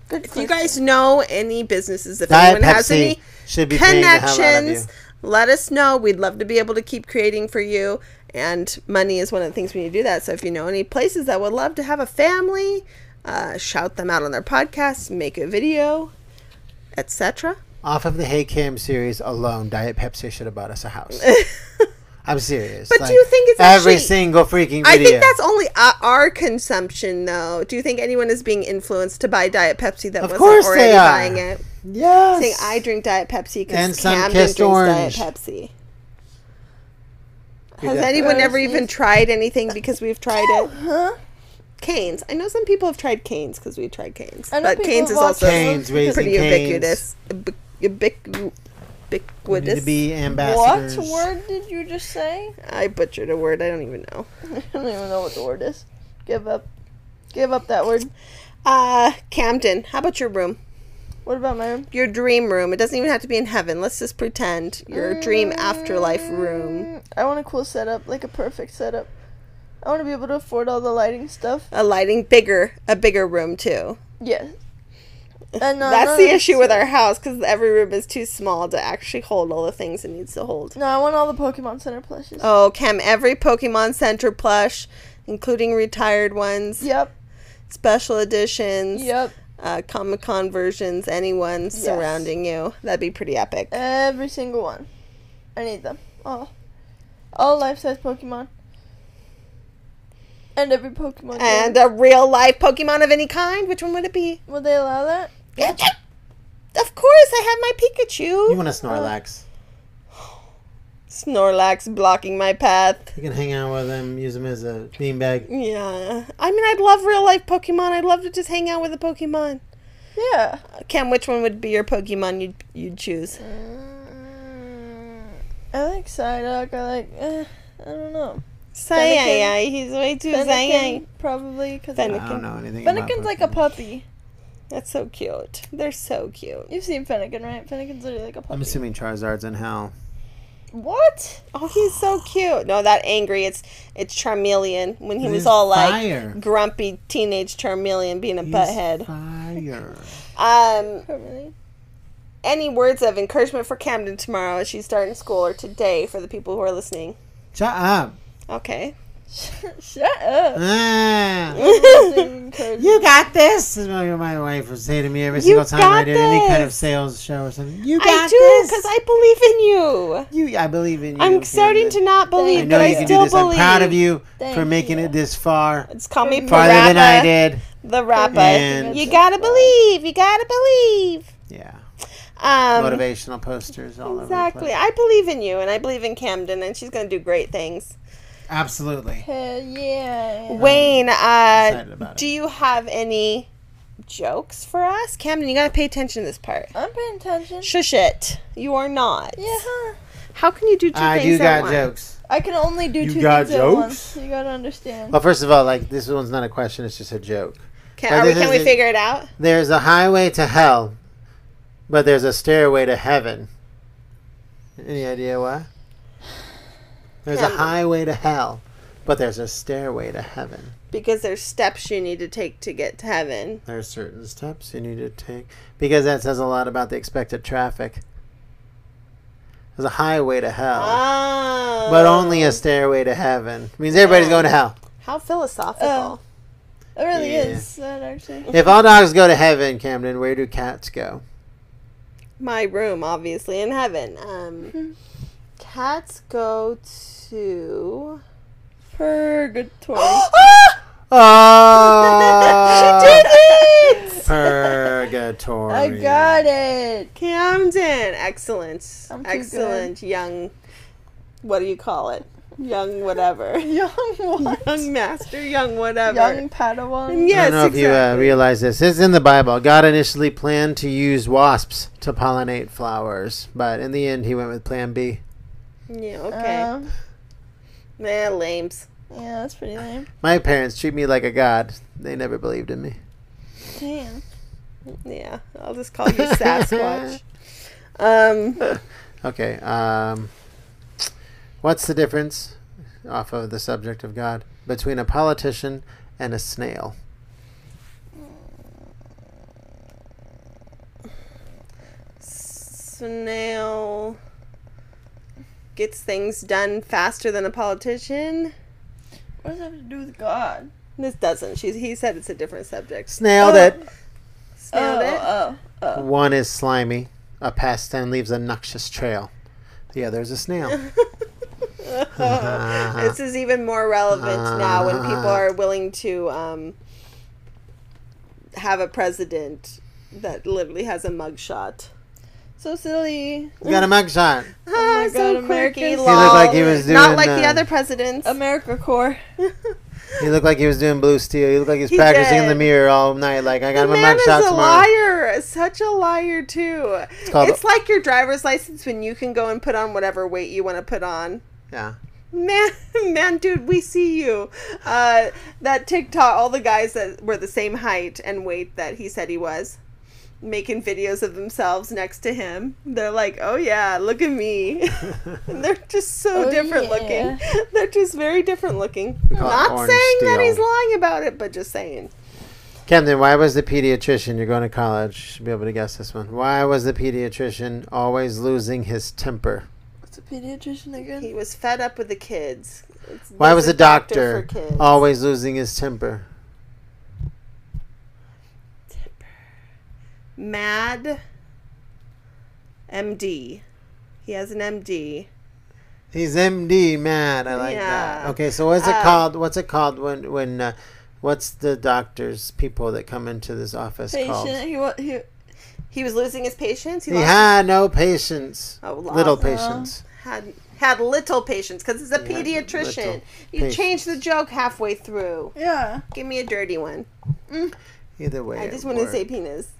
[SPEAKER 3] Good
[SPEAKER 1] If you guys know any businesses, if
[SPEAKER 2] Diet
[SPEAKER 1] anyone has
[SPEAKER 2] Pepsi
[SPEAKER 1] any
[SPEAKER 2] should be paying the hell out of you."
[SPEAKER 1] connections, let us know. We'd love to be able to keep creating for you. And money is one of the things we need to do that. So if you know any places that would love to have a family, uh, shout them out on their podcast, make a video, etc.
[SPEAKER 2] Off of the Hey Cam series alone, Diet Pepsi should have bought us a house. I'm serious.
[SPEAKER 1] But do you think it's
[SPEAKER 2] every
[SPEAKER 1] actually-
[SPEAKER 2] single freaking video?
[SPEAKER 1] I think that's only uh, our consumption, though. Do you think anyone is being influenced to buy Diet Pepsi that
[SPEAKER 2] Of
[SPEAKER 1] wasn't
[SPEAKER 2] course
[SPEAKER 1] already
[SPEAKER 2] they are.
[SPEAKER 1] buying it?
[SPEAKER 2] yes.
[SPEAKER 1] Saying I drink Diet Pepsi
[SPEAKER 2] And
[SPEAKER 1] because
[SPEAKER 2] some
[SPEAKER 1] Camden
[SPEAKER 2] Kissed
[SPEAKER 1] drinks
[SPEAKER 2] Orange.
[SPEAKER 1] Diet Pepsi.
[SPEAKER 2] We
[SPEAKER 1] Has
[SPEAKER 2] got
[SPEAKER 1] anyone
[SPEAKER 3] that.
[SPEAKER 1] ever even tried anything because we've tried it?
[SPEAKER 3] Oh, Huh?
[SPEAKER 1] Canes. I know some people have tried canes because we tried canes,
[SPEAKER 3] I know
[SPEAKER 1] but
[SPEAKER 3] people
[SPEAKER 1] canes is
[SPEAKER 3] watch
[SPEAKER 1] also
[SPEAKER 3] those
[SPEAKER 2] Canes, raising
[SPEAKER 1] pretty
[SPEAKER 2] canes.
[SPEAKER 1] ubiquitous. Ubiqu- ubiqu-
[SPEAKER 2] We need to
[SPEAKER 1] Ubiquitous.
[SPEAKER 2] be
[SPEAKER 3] What
[SPEAKER 2] ambassadors.
[SPEAKER 3] word did you just say?
[SPEAKER 1] I butchered a word. I don't even know.
[SPEAKER 3] I don't even know what the word is. Give up. Give up that word.
[SPEAKER 1] Uh, Camden. How about your room?
[SPEAKER 3] What about my room?
[SPEAKER 1] your dream room. It doesn't even have to be in heaven. Let's just pretend your dream afterlife room.
[SPEAKER 3] Mm, I want a cool setup, like a perfect setup. I want to be able to afford all the lighting stuff.
[SPEAKER 1] A lighting bigger, a bigger room too.
[SPEAKER 3] Yes. And uh,
[SPEAKER 1] That's
[SPEAKER 3] none
[SPEAKER 1] the
[SPEAKER 3] of
[SPEAKER 1] issue with our house because every room is too small to actually hold all the things it needs to hold.
[SPEAKER 3] No, I want all the Pokemon Center plushes.
[SPEAKER 1] Oh, Cam, every Pokemon Center plush, including retired ones,
[SPEAKER 3] Yep.
[SPEAKER 1] special editions,
[SPEAKER 3] Yep.
[SPEAKER 1] uh, Comic Con versions, anyone surrounding you. That'd be pretty epic.
[SPEAKER 3] Every single one. I need them. All. All life size Pokemon. And every Pokemon.
[SPEAKER 1] And uh,
[SPEAKER 3] game.
[SPEAKER 1] a real life Pokemon of any kind? Which one would it be?
[SPEAKER 3] Will they allow that?
[SPEAKER 1] Of course, I have my Pikachu.
[SPEAKER 2] You want a Snorlax?
[SPEAKER 1] Snorlax blocking my path.
[SPEAKER 2] You can hang out with him, use him as a beanbag.
[SPEAKER 1] Yeah. I mean, I'd love real life Pokemon. I'd love to just hang out with a Pokemon.
[SPEAKER 3] Yeah.
[SPEAKER 1] Uh, Cam, which one would be your Pokemon you'd, you'd choose?
[SPEAKER 3] Mm, I like Psyduck. I like. Eh, I don't know.
[SPEAKER 1] Psy, he's way too Psy.
[SPEAKER 3] Fennekin, probably because
[SPEAKER 1] Fennekin.
[SPEAKER 2] I don't know anything. about
[SPEAKER 3] Fennekin's like a
[SPEAKER 2] Pokemon.
[SPEAKER 3] puppy.
[SPEAKER 1] That's so cute. They're so cute.
[SPEAKER 3] You've seen Fennekin, right? Fennekin's literally like a puppy.
[SPEAKER 2] I'm assuming Charizard's in hell.
[SPEAKER 3] What?
[SPEAKER 1] Oh, he's so cute. No, that angry. It's it's Charmeleon when he
[SPEAKER 2] It
[SPEAKER 1] was
[SPEAKER 2] is
[SPEAKER 1] all like
[SPEAKER 2] fire.
[SPEAKER 1] grumpy teenage Charmeleon being a
[SPEAKER 2] He's
[SPEAKER 1] butthead.
[SPEAKER 2] Fire.
[SPEAKER 1] Um,
[SPEAKER 3] Probably.
[SPEAKER 1] any words of encouragement for Camden tomorrow as she's starting school or today for the people who are listening?
[SPEAKER 2] Shut up.
[SPEAKER 1] Okay.
[SPEAKER 3] Shut up.
[SPEAKER 2] Ah.
[SPEAKER 3] you
[SPEAKER 2] You got this. Is what my wife would say to me every single time I
[SPEAKER 1] got
[SPEAKER 2] did any kind of
[SPEAKER 1] this.
[SPEAKER 2] sales show or something. You got
[SPEAKER 1] I do
[SPEAKER 2] this.
[SPEAKER 1] because I believe in you.
[SPEAKER 2] you, I believe in you.
[SPEAKER 1] I'm starting to not
[SPEAKER 2] I
[SPEAKER 1] believe,
[SPEAKER 2] know
[SPEAKER 1] but
[SPEAKER 2] you
[SPEAKER 1] I
[SPEAKER 2] can
[SPEAKER 1] still
[SPEAKER 2] do this.
[SPEAKER 1] believe.
[SPEAKER 2] I'm proud of you
[SPEAKER 3] Thank
[SPEAKER 2] for making
[SPEAKER 3] you.
[SPEAKER 2] it this far,
[SPEAKER 1] It's called me
[SPEAKER 2] farther than I
[SPEAKER 1] Parappa
[SPEAKER 2] did.
[SPEAKER 1] the Rappa.
[SPEAKER 2] And-
[SPEAKER 1] You gotta believe. You gotta believe.
[SPEAKER 2] Yeah,
[SPEAKER 1] Um,
[SPEAKER 2] motivational posters all over.
[SPEAKER 1] exactly.
[SPEAKER 2] the place.
[SPEAKER 1] I believe in you, and I believe in Camden, and she's gonna do great things.
[SPEAKER 2] Absolutely.
[SPEAKER 3] Hell yeah.
[SPEAKER 1] Wayne,
[SPEAKER 2] excited
[SPEAKER 1] uh,
[SPEAKER 2] about
[SPEAKER 1] do you have any jokes for us, Camden? You gotta pay attention to this part.
[SPEAKER 3] I'm paying attention.
[SPEAKER 1] Shush it. You are not.
[SPEAKER 3] Yeah. huh?
[SPEAKER 1] How can you do two
[SPEAKER 2] I do
[SPEAKER 1] things at
[SPEAKER 2] got
[SPEAKER 1] once?
[SPEAKER 2] jokes.
[SPEAKER 3] I can only do
[SPEAKER 2] You
[SPEAKER 3] two
[SPEAKER 2] got
[SPEAKER 3] things
[SPEAKER 2] jokes?
[SPEAKER 3] at once. You gotta understand.
[SPEAKER 1] Oh,
[SPEAKER 2] Well, first of all, like this one's not a question; it's just a joke.
[SPEAKER 1] Can,
[SPEAKER 2] But
[SPEAKER 1] are we,
[SPEAKER 2] this
[SPEAKER 1] can we
[SPEAKER 2] isn't-
[SPEAKER 1] figure it out?
[SPEAKER 2] There's a highway to hell, but there's a stairway to heaven. Any idea why? There's a
[SPEAKER 1] Yeah.
[SPEAKER 2] highway to hell, but there's a stairway to heaven.
[SPEAKER 1] Because there's steps you need to take to get to heaven.
[SPEAKER 2] There are certain steps you need to take because that says a lot about the expected traffic. There's a highway to hell,
[SPEAKER 1] Oh.
[SPEAKER 2] but only a stairway to heaven. means everybody's going to hell.
[SPEAKER 1] How philosophical.
[SPEAKER 3] Oh. It really
[SPEAKER 2] Yeah.
[SPEAKER 3] is. That actually.
[SPEAKER 2] If all dogs go to heaven, Camden, where do cats go?
[SPEAKER 1] My room, obviously, in heaven.
[SPEAKER 3] Mm-hmm.
[SPEAKER 1] Um, cats go to.
[SPEAKER 3] Purgatory.
[SPEAKER 2] Oh!
[SPEAKER 1] she did it!
[SPEAKER 2] Purgatory.
[SPEAKER 3] I got it.
[SPEAKER 1] Camden. Excellent.
[SPEAKER 3] I'm too
[SPEAKER 1] Excellent young what do you call it? Young whatever.
[SPEAKER 3] Young what?
[SPEAKER 1] young master, young whatever.
[SPEAKER 3] Young Padawan.
[SPEAKER 1] yes,
[SPEAKER 2] I don't know
[SPEAKER 1] exactly.
[SPEAKER 2] if you uh, realize this. It's in the Bible. God initially planned to use wasps to pollinate flowers, but in the end, he went with Plan B.
[SPEAKER 1] yeah, okay.
[SPEAKER 3] Um,
[SPEAKER 1] nah, lames.
[SPEAKER 3] yeah, that's pretty lame.
[SPEAKER 2] My parents treat me like a god. They never believed in me.
[SPEAKER 3] Damn.
[SPEAKER 1] Yeah, I'll just call you Sasquatch. um,
[SPEAKER 2] Okay. Um, what's the difference, off of the subject of God, between a politician and a snail?
[SPEAKER 1] snail gets things done faster than a politician.
[SPEAKER 3] What does that have to do with God?
[SPEAKER 1] This doesn't. She's, he said it's a different subject.
[SPEAKER 2] Snailed it.
[SPEAKER 1] Snailed it.
[SPEAKER 3] oh, oh,
[SPEAKER 1] Uh.
[SPEAKER 3] oh.
[SPEAKER 2] One is slimy, a pest, and leaves a noxious trail. The other is a snail.
[SPEAKER 1] Oh, this is even more relevant now when people are willing to um, have a president that literally has a mugshot.
[SPEAKER 3] So silly.
[SPEAKER 2] You got a mugshot.
[SPEAKER 1] Oh
[SPEAKER 3] my
[SPEAKER 1] so
[SPEAKER 3] God,
[SPEAKER 1] quirky.
[SPEAKER 3] Americans. He
[SPEAKER 1] lol.
[SPEAKER 2] looked like he was
[SPEAKER 1] not
[SPEAKER 2] doing,
[SPEAKER 1] like the
[SPEAKER 2] uh,
[SPEAKER 1] other presidents.
[SPEAKER 3] America Corps.
[SPEAKER 2] He looked like he was doing blue steel. He looked like he was
[SPEAKER 1] He
[SPEAKER 2] practicing in
[SPEAKER 1] did.
[SPEAKER 2] the mirror all night. Like I got
[SPEAKER 1] the
[SPEAKER 2] my
[SPEAKER 1] man is
[SPEAKER 2] mugshot
[SPEAKER 1] a
[SPEAKER 2] tomorrow.
[SPEAKER 1] liar, such a liar too. It's,
[SPEAKER 2] called a-
[SPEAKER 1] like your driver's license when you can go and put on whatever weight you want to put on.
[SPEAKER 2] Yeah.
[SPEAKER 1] Man, man, dude, we see you. Uh, that TikTok, all the guys that were the same height and weight that he said he was, making videos of themselves next to him. They're like, oh yeah, look at me. and they're just so
[SPEAKER 3] Oh,
[SPEAKER 1] different
[SPEAKER 3] yeah.
[SPEAKER 1] looking. They're just very different looking.
[SPEAKER 2] We call it
[SPEAKER 1] Not saying
[SPEAKER 2] orange
[SPEAKER 1] that
[SPEAKER 2] steel.
[SPEAKER 1] he's lying about it, but just saying.
[SPEAKER 2] Camden, why was the pediatrician, you're going to college, you should be able to guess this one. Why was the pediatrician always losing his temper?
[SPEAKER 3] What's a pediatrician again?
[SPEAKER 1] He was fed up with the kids. It's-
[SPEAKER 2] Why
[SPEAKER 1] there's
[SPEAKER 2] was
[SPEAKER 1] a
[SPEAKER 2] the doctor, Oh.
[SPEAKER 1] for kids.
[SPEAKER 2] always losing his temper?
[SPEAKER 1] mad? MD. He has an MD.
[SPEAKER 2] He's MD mad. I like that.
[SPEAKER 1] Yeah.
[SPEAKER 2] Okay, so what's it
[SPEAKER 1] Uh,
[SPEAKER 2] called? What's it called when when uh, what's the doctor's people that come into this office
[SPEAKER 3] Patient.
[SPEAKER 2] called?
[SPEAKER 3] He, wa- he,
[SPEAKER 1] He was losing his patience. He,
[SPEAKER 2] He
[SPEAKER 1] lost-
[SPEAKER 2] had no patience.
[SPEAKER 1] Oh, lost.
[SPEAKER 2] Little
[SPEAKER 1] Uh,
[SPEAKER 2] patience.
[SPEAKER 1] had had little patience because it's a
[SPEAKER 2] He had
[SPEAKER 1] pediatrician.
[SPEAKER 2] little
[SPEAKER 1] You
[SPEAKER 2] patience.
[SPEAKER 1] change the joke halfway through.
[SPEAKER 3] yeah.
[SPEAKER 1] Give me a dirty one.
[SPEAKER 2] Either way.
[SPEAKER 1] I
[SPEAKER 2] it
[SPEAKER 1] just want to
[SPEAKER 2] worked.
[SPEAKER 1] say penis.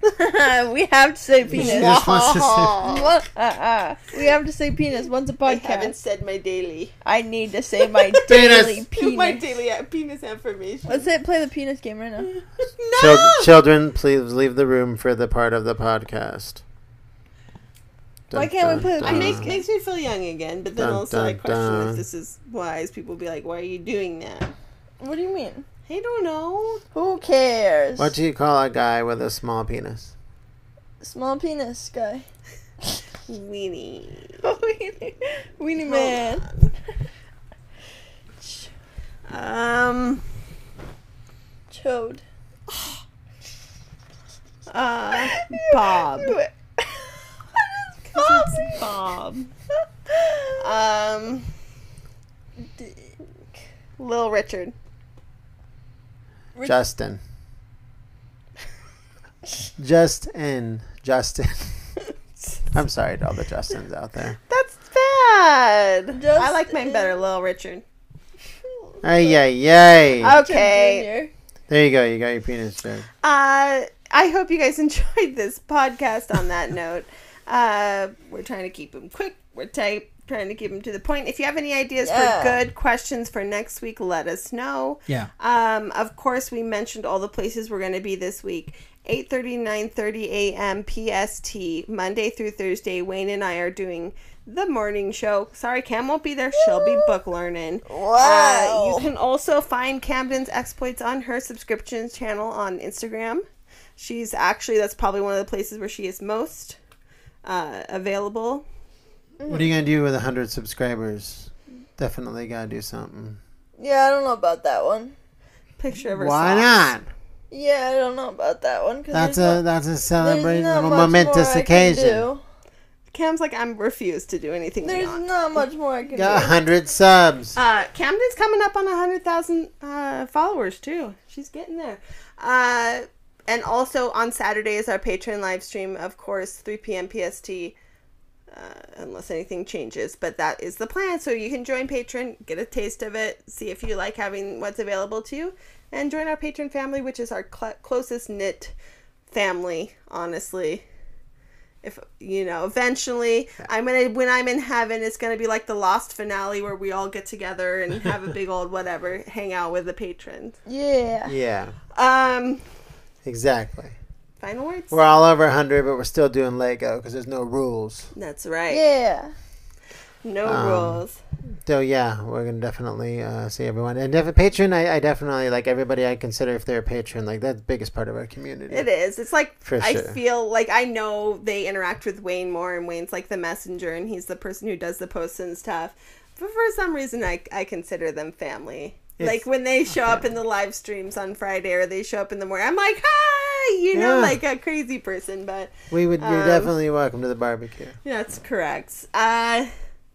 [SPEAKER 3] we have to say penis.
[SPEAKER 2] She just wants to say-
[SPEAKER 3] What? Uh-uh. We have to say penis once a
[SPEAKER 1] I
[SPEAKER 3] podcast.
[SPEAKER 1] haven't said my daily.
[SPEAKER 3] I need to say my
[SPEAKER 2] Penis.
[SPEAKER 3] daily
[SPEAKER 1] My
[SPEAKER 3] penis.
[SPEAKER 1] daily uh, penis information.
[SPEAKER 3] Let's say, play the penis game right now.
[SPEAKER 1] no.
[SPEAKER 2] Chil- children, please leave the room for the part of the podcast.
[SPEAKER 3] Why can't we put-
[SPEAKER 1] I
[SPEAKER 3] Uh,
[SPEAKER 1] make makes me feel young again, but then
[SPEAKER 2] Dun,
[SPEAKER 1] also I
[SPEAKER 2] dun,
[SPEAKER 1] question
[SPEAKER 2] dun.
[SPEAKER 1] if this is wise. People be like, "Why are you doing that?"
[SPEAKER 3] What do you mean?
[SPEAKER 1] I don't know.
[SPEAKER 3] Who cares?
[SPEAKER 2] What do you call a guy with a small penis?
[SPEAKER 3] Small penis guy.
[SPEAKER 1] Weenie.
[SPEAKER 3] Weenie, Weenie
[SPEAKER 1] Hold
[SPEAKER 3] man.
[SPEAKER 1] Um.
[SPEAKER 3] Chode.
[SPEAKER 1] Uh. Bob.
[SPEAKER 3] What is Bob?
[SPEAKER 1] It's Bob. Um. Little Richard.
[SPEAKER 3] Rich-
[SPEAKER 2] Justin. Just in. Justin. I'm sorry to all the Justins out there.
[SPEAKER 1] That's bad. I
[SPEAKER 3] Just
[SPEAKER 1] like mine
[SPEAKER 3] in-
[SPEAKER 1] better, Little Richard.
[SPEAKER 2] Ay, yay, yay.
[SPEAKER 3] Jim
[SPEAKER 1] Okay.
[SPEAKER 3] Jr.
[SPEAKER 2] There you go. You got your penis joke.
[SPEAKER 1] Uh, I hope you guys enjoyed this podcast. On that note, uh, we're trying to keep them quick. We're tight. Trying to keep them to the point. If you have any ideas
[SPEAKER 3] Yeah.
[SPEAKER 1] for good questions for next week, let us know.
[SPEAKER 4] Yeah.
[SPEAKER 1] Um, of course, we mentioned all the places we're going to be this week. 8.30, 9.30 a.m. PST, Monday through Thursday. Wayne and I are doing the morning show. Sorry, Cam won't be there. She'll be book learning.
[SPEAKER 3] Wow.
[SPEAKER 1] Uh, you can also find Camden's exploits on her subscriptions channel on Instagram. She's actually, that's probably one of the places where she is most uh, available.
[SPEAKER 3] Mm.
[SPEAKER 2] What are you going to do with 100 subscribers? Definitely got to do something.
[SPEAKER 3] Yeah, I don't know about that one.
[SPEAKER 1] Picture of her.
[SPEAKER 2] Why
[SPEAKER 1] socks.
[SPEAKER 2] not?
[SPEAKER 3] Yeah, I don't know about that one. 'cause
[SPEAKER 2] That's
[SPEAKER 3] there's
[SPEAKER 2] a
[SPEAKER 3] not-
[SPEAKER 2] that's a
[SPEAKER 3] there's
[SPEAKER 2] celebration,
[SPEAKER 3] not
[SPEAKER 2] a
[SPEAKER 3] much more I
[SPEAKER 2] momentous
[SPEAKER 3] can
[SPEAKER 2] occasion.
[SPEAKER 3] do.
[SPEAKER 1] Cam's like, I'm refused to do anything.
[SPEAKER 3] There's
[SPEAKER 1] beyond.
[SPEAKER 3] not much more I can
[SPEAKER 2] Got
[SPEAKER 3] do.
[SPEAKER 2] 100 subs.
[SPEAKER 1] Uh, Camden's coming up on 100,000 uh, followers, too. She's getting there. Uh, and also on Saturday is our Patreon live stream, of course, 3 p.m. PST. Uh, unless anything changes. But that is the plan. So you can join Patreon, get a taste of it, see if you like having what's available to you, and join our Patreon family, which is our cl- closest knit family, honestly. If you know, eventually, I'm gonna when I'm in heaven, it's gonna be like the Lost finale where we all get together and have a big old whatever, hang out with the patrons.
[SPEAKER 3] Yeah.
[SPEAKER 2] Yeah,
[SPEAKER 1] Um,
[SPEAKER 2] exactly.
[SPEAKER 1] final words.
[SPEAKER 2] We're all over 100, but we're still doing Lego because there's no rules.
[SPEAKER 1] That's right.
[SPEAKER 3] Yeah.
[SPEAKER 1] No
[SPEAKER 2] Um,
[SPEAKER 1] rules.
[SPEAKER 2] So yeah, we're gonna definitely uh, see everyone. And if a patron, I, I definitely like everybody. I consider if they're a patron, like that's the biggest part of our community.
[SPEAKER 1] It is. It's like
[SPEAKER 2] For
[SPEAKER 1] I
[SPEAKER 2] sure.
[SPEAKER 1] feel like I know they interact with Wayne more, and Wayne's like the messenger, and he's the person who does the posts and stuff. But for some reason, I I consider them family.
[SPEAKER 2] It's
[SPEAKER 1] like when they show up in the live streams on Friday, or they show up in the morning, I'm like, hi, you know,
[SPEAKER 2] Yeah.
[SPEAKER 1] like a crazy person. But
[SPEAKER 2] We would.
[SPEAKER 1] Um,
[SPEAKER 2] you're definitely welcome to the barbecue.
[SPEAKER 1] that's correct. Uh,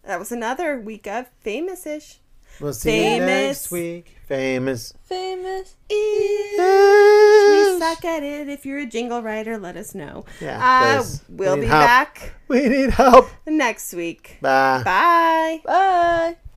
[SPEAKER 1] that was another week of famous ish.
[SPEAKER 2] We'll see you
[SPEAKER 1] famous.
[SPEAKER 2] next week. Famous.
[SPEAKER 3] Famous. E.
[SPEAKER 1] We
[SPEAKER 2] We
[SPEAKER 1] suck at it. If you're a jingle writer, let us know.
[SPEAKER 2] Yeah,
[SPEAKER 1] uh,
[SPEAKER 2] please. We
[SPEAKER 1] we'll
[SPEAKER 2] need
[SPEAKER 1] be
[SPEAKER 2] help.
[SPEAKER 1] back
[SPEAKER 2] We need help.
[SPEAKER 1] next week.
[SPEAKER 2] Bye.
[SPEAKER 1] Bye.
[SPEAKER 3] Bye.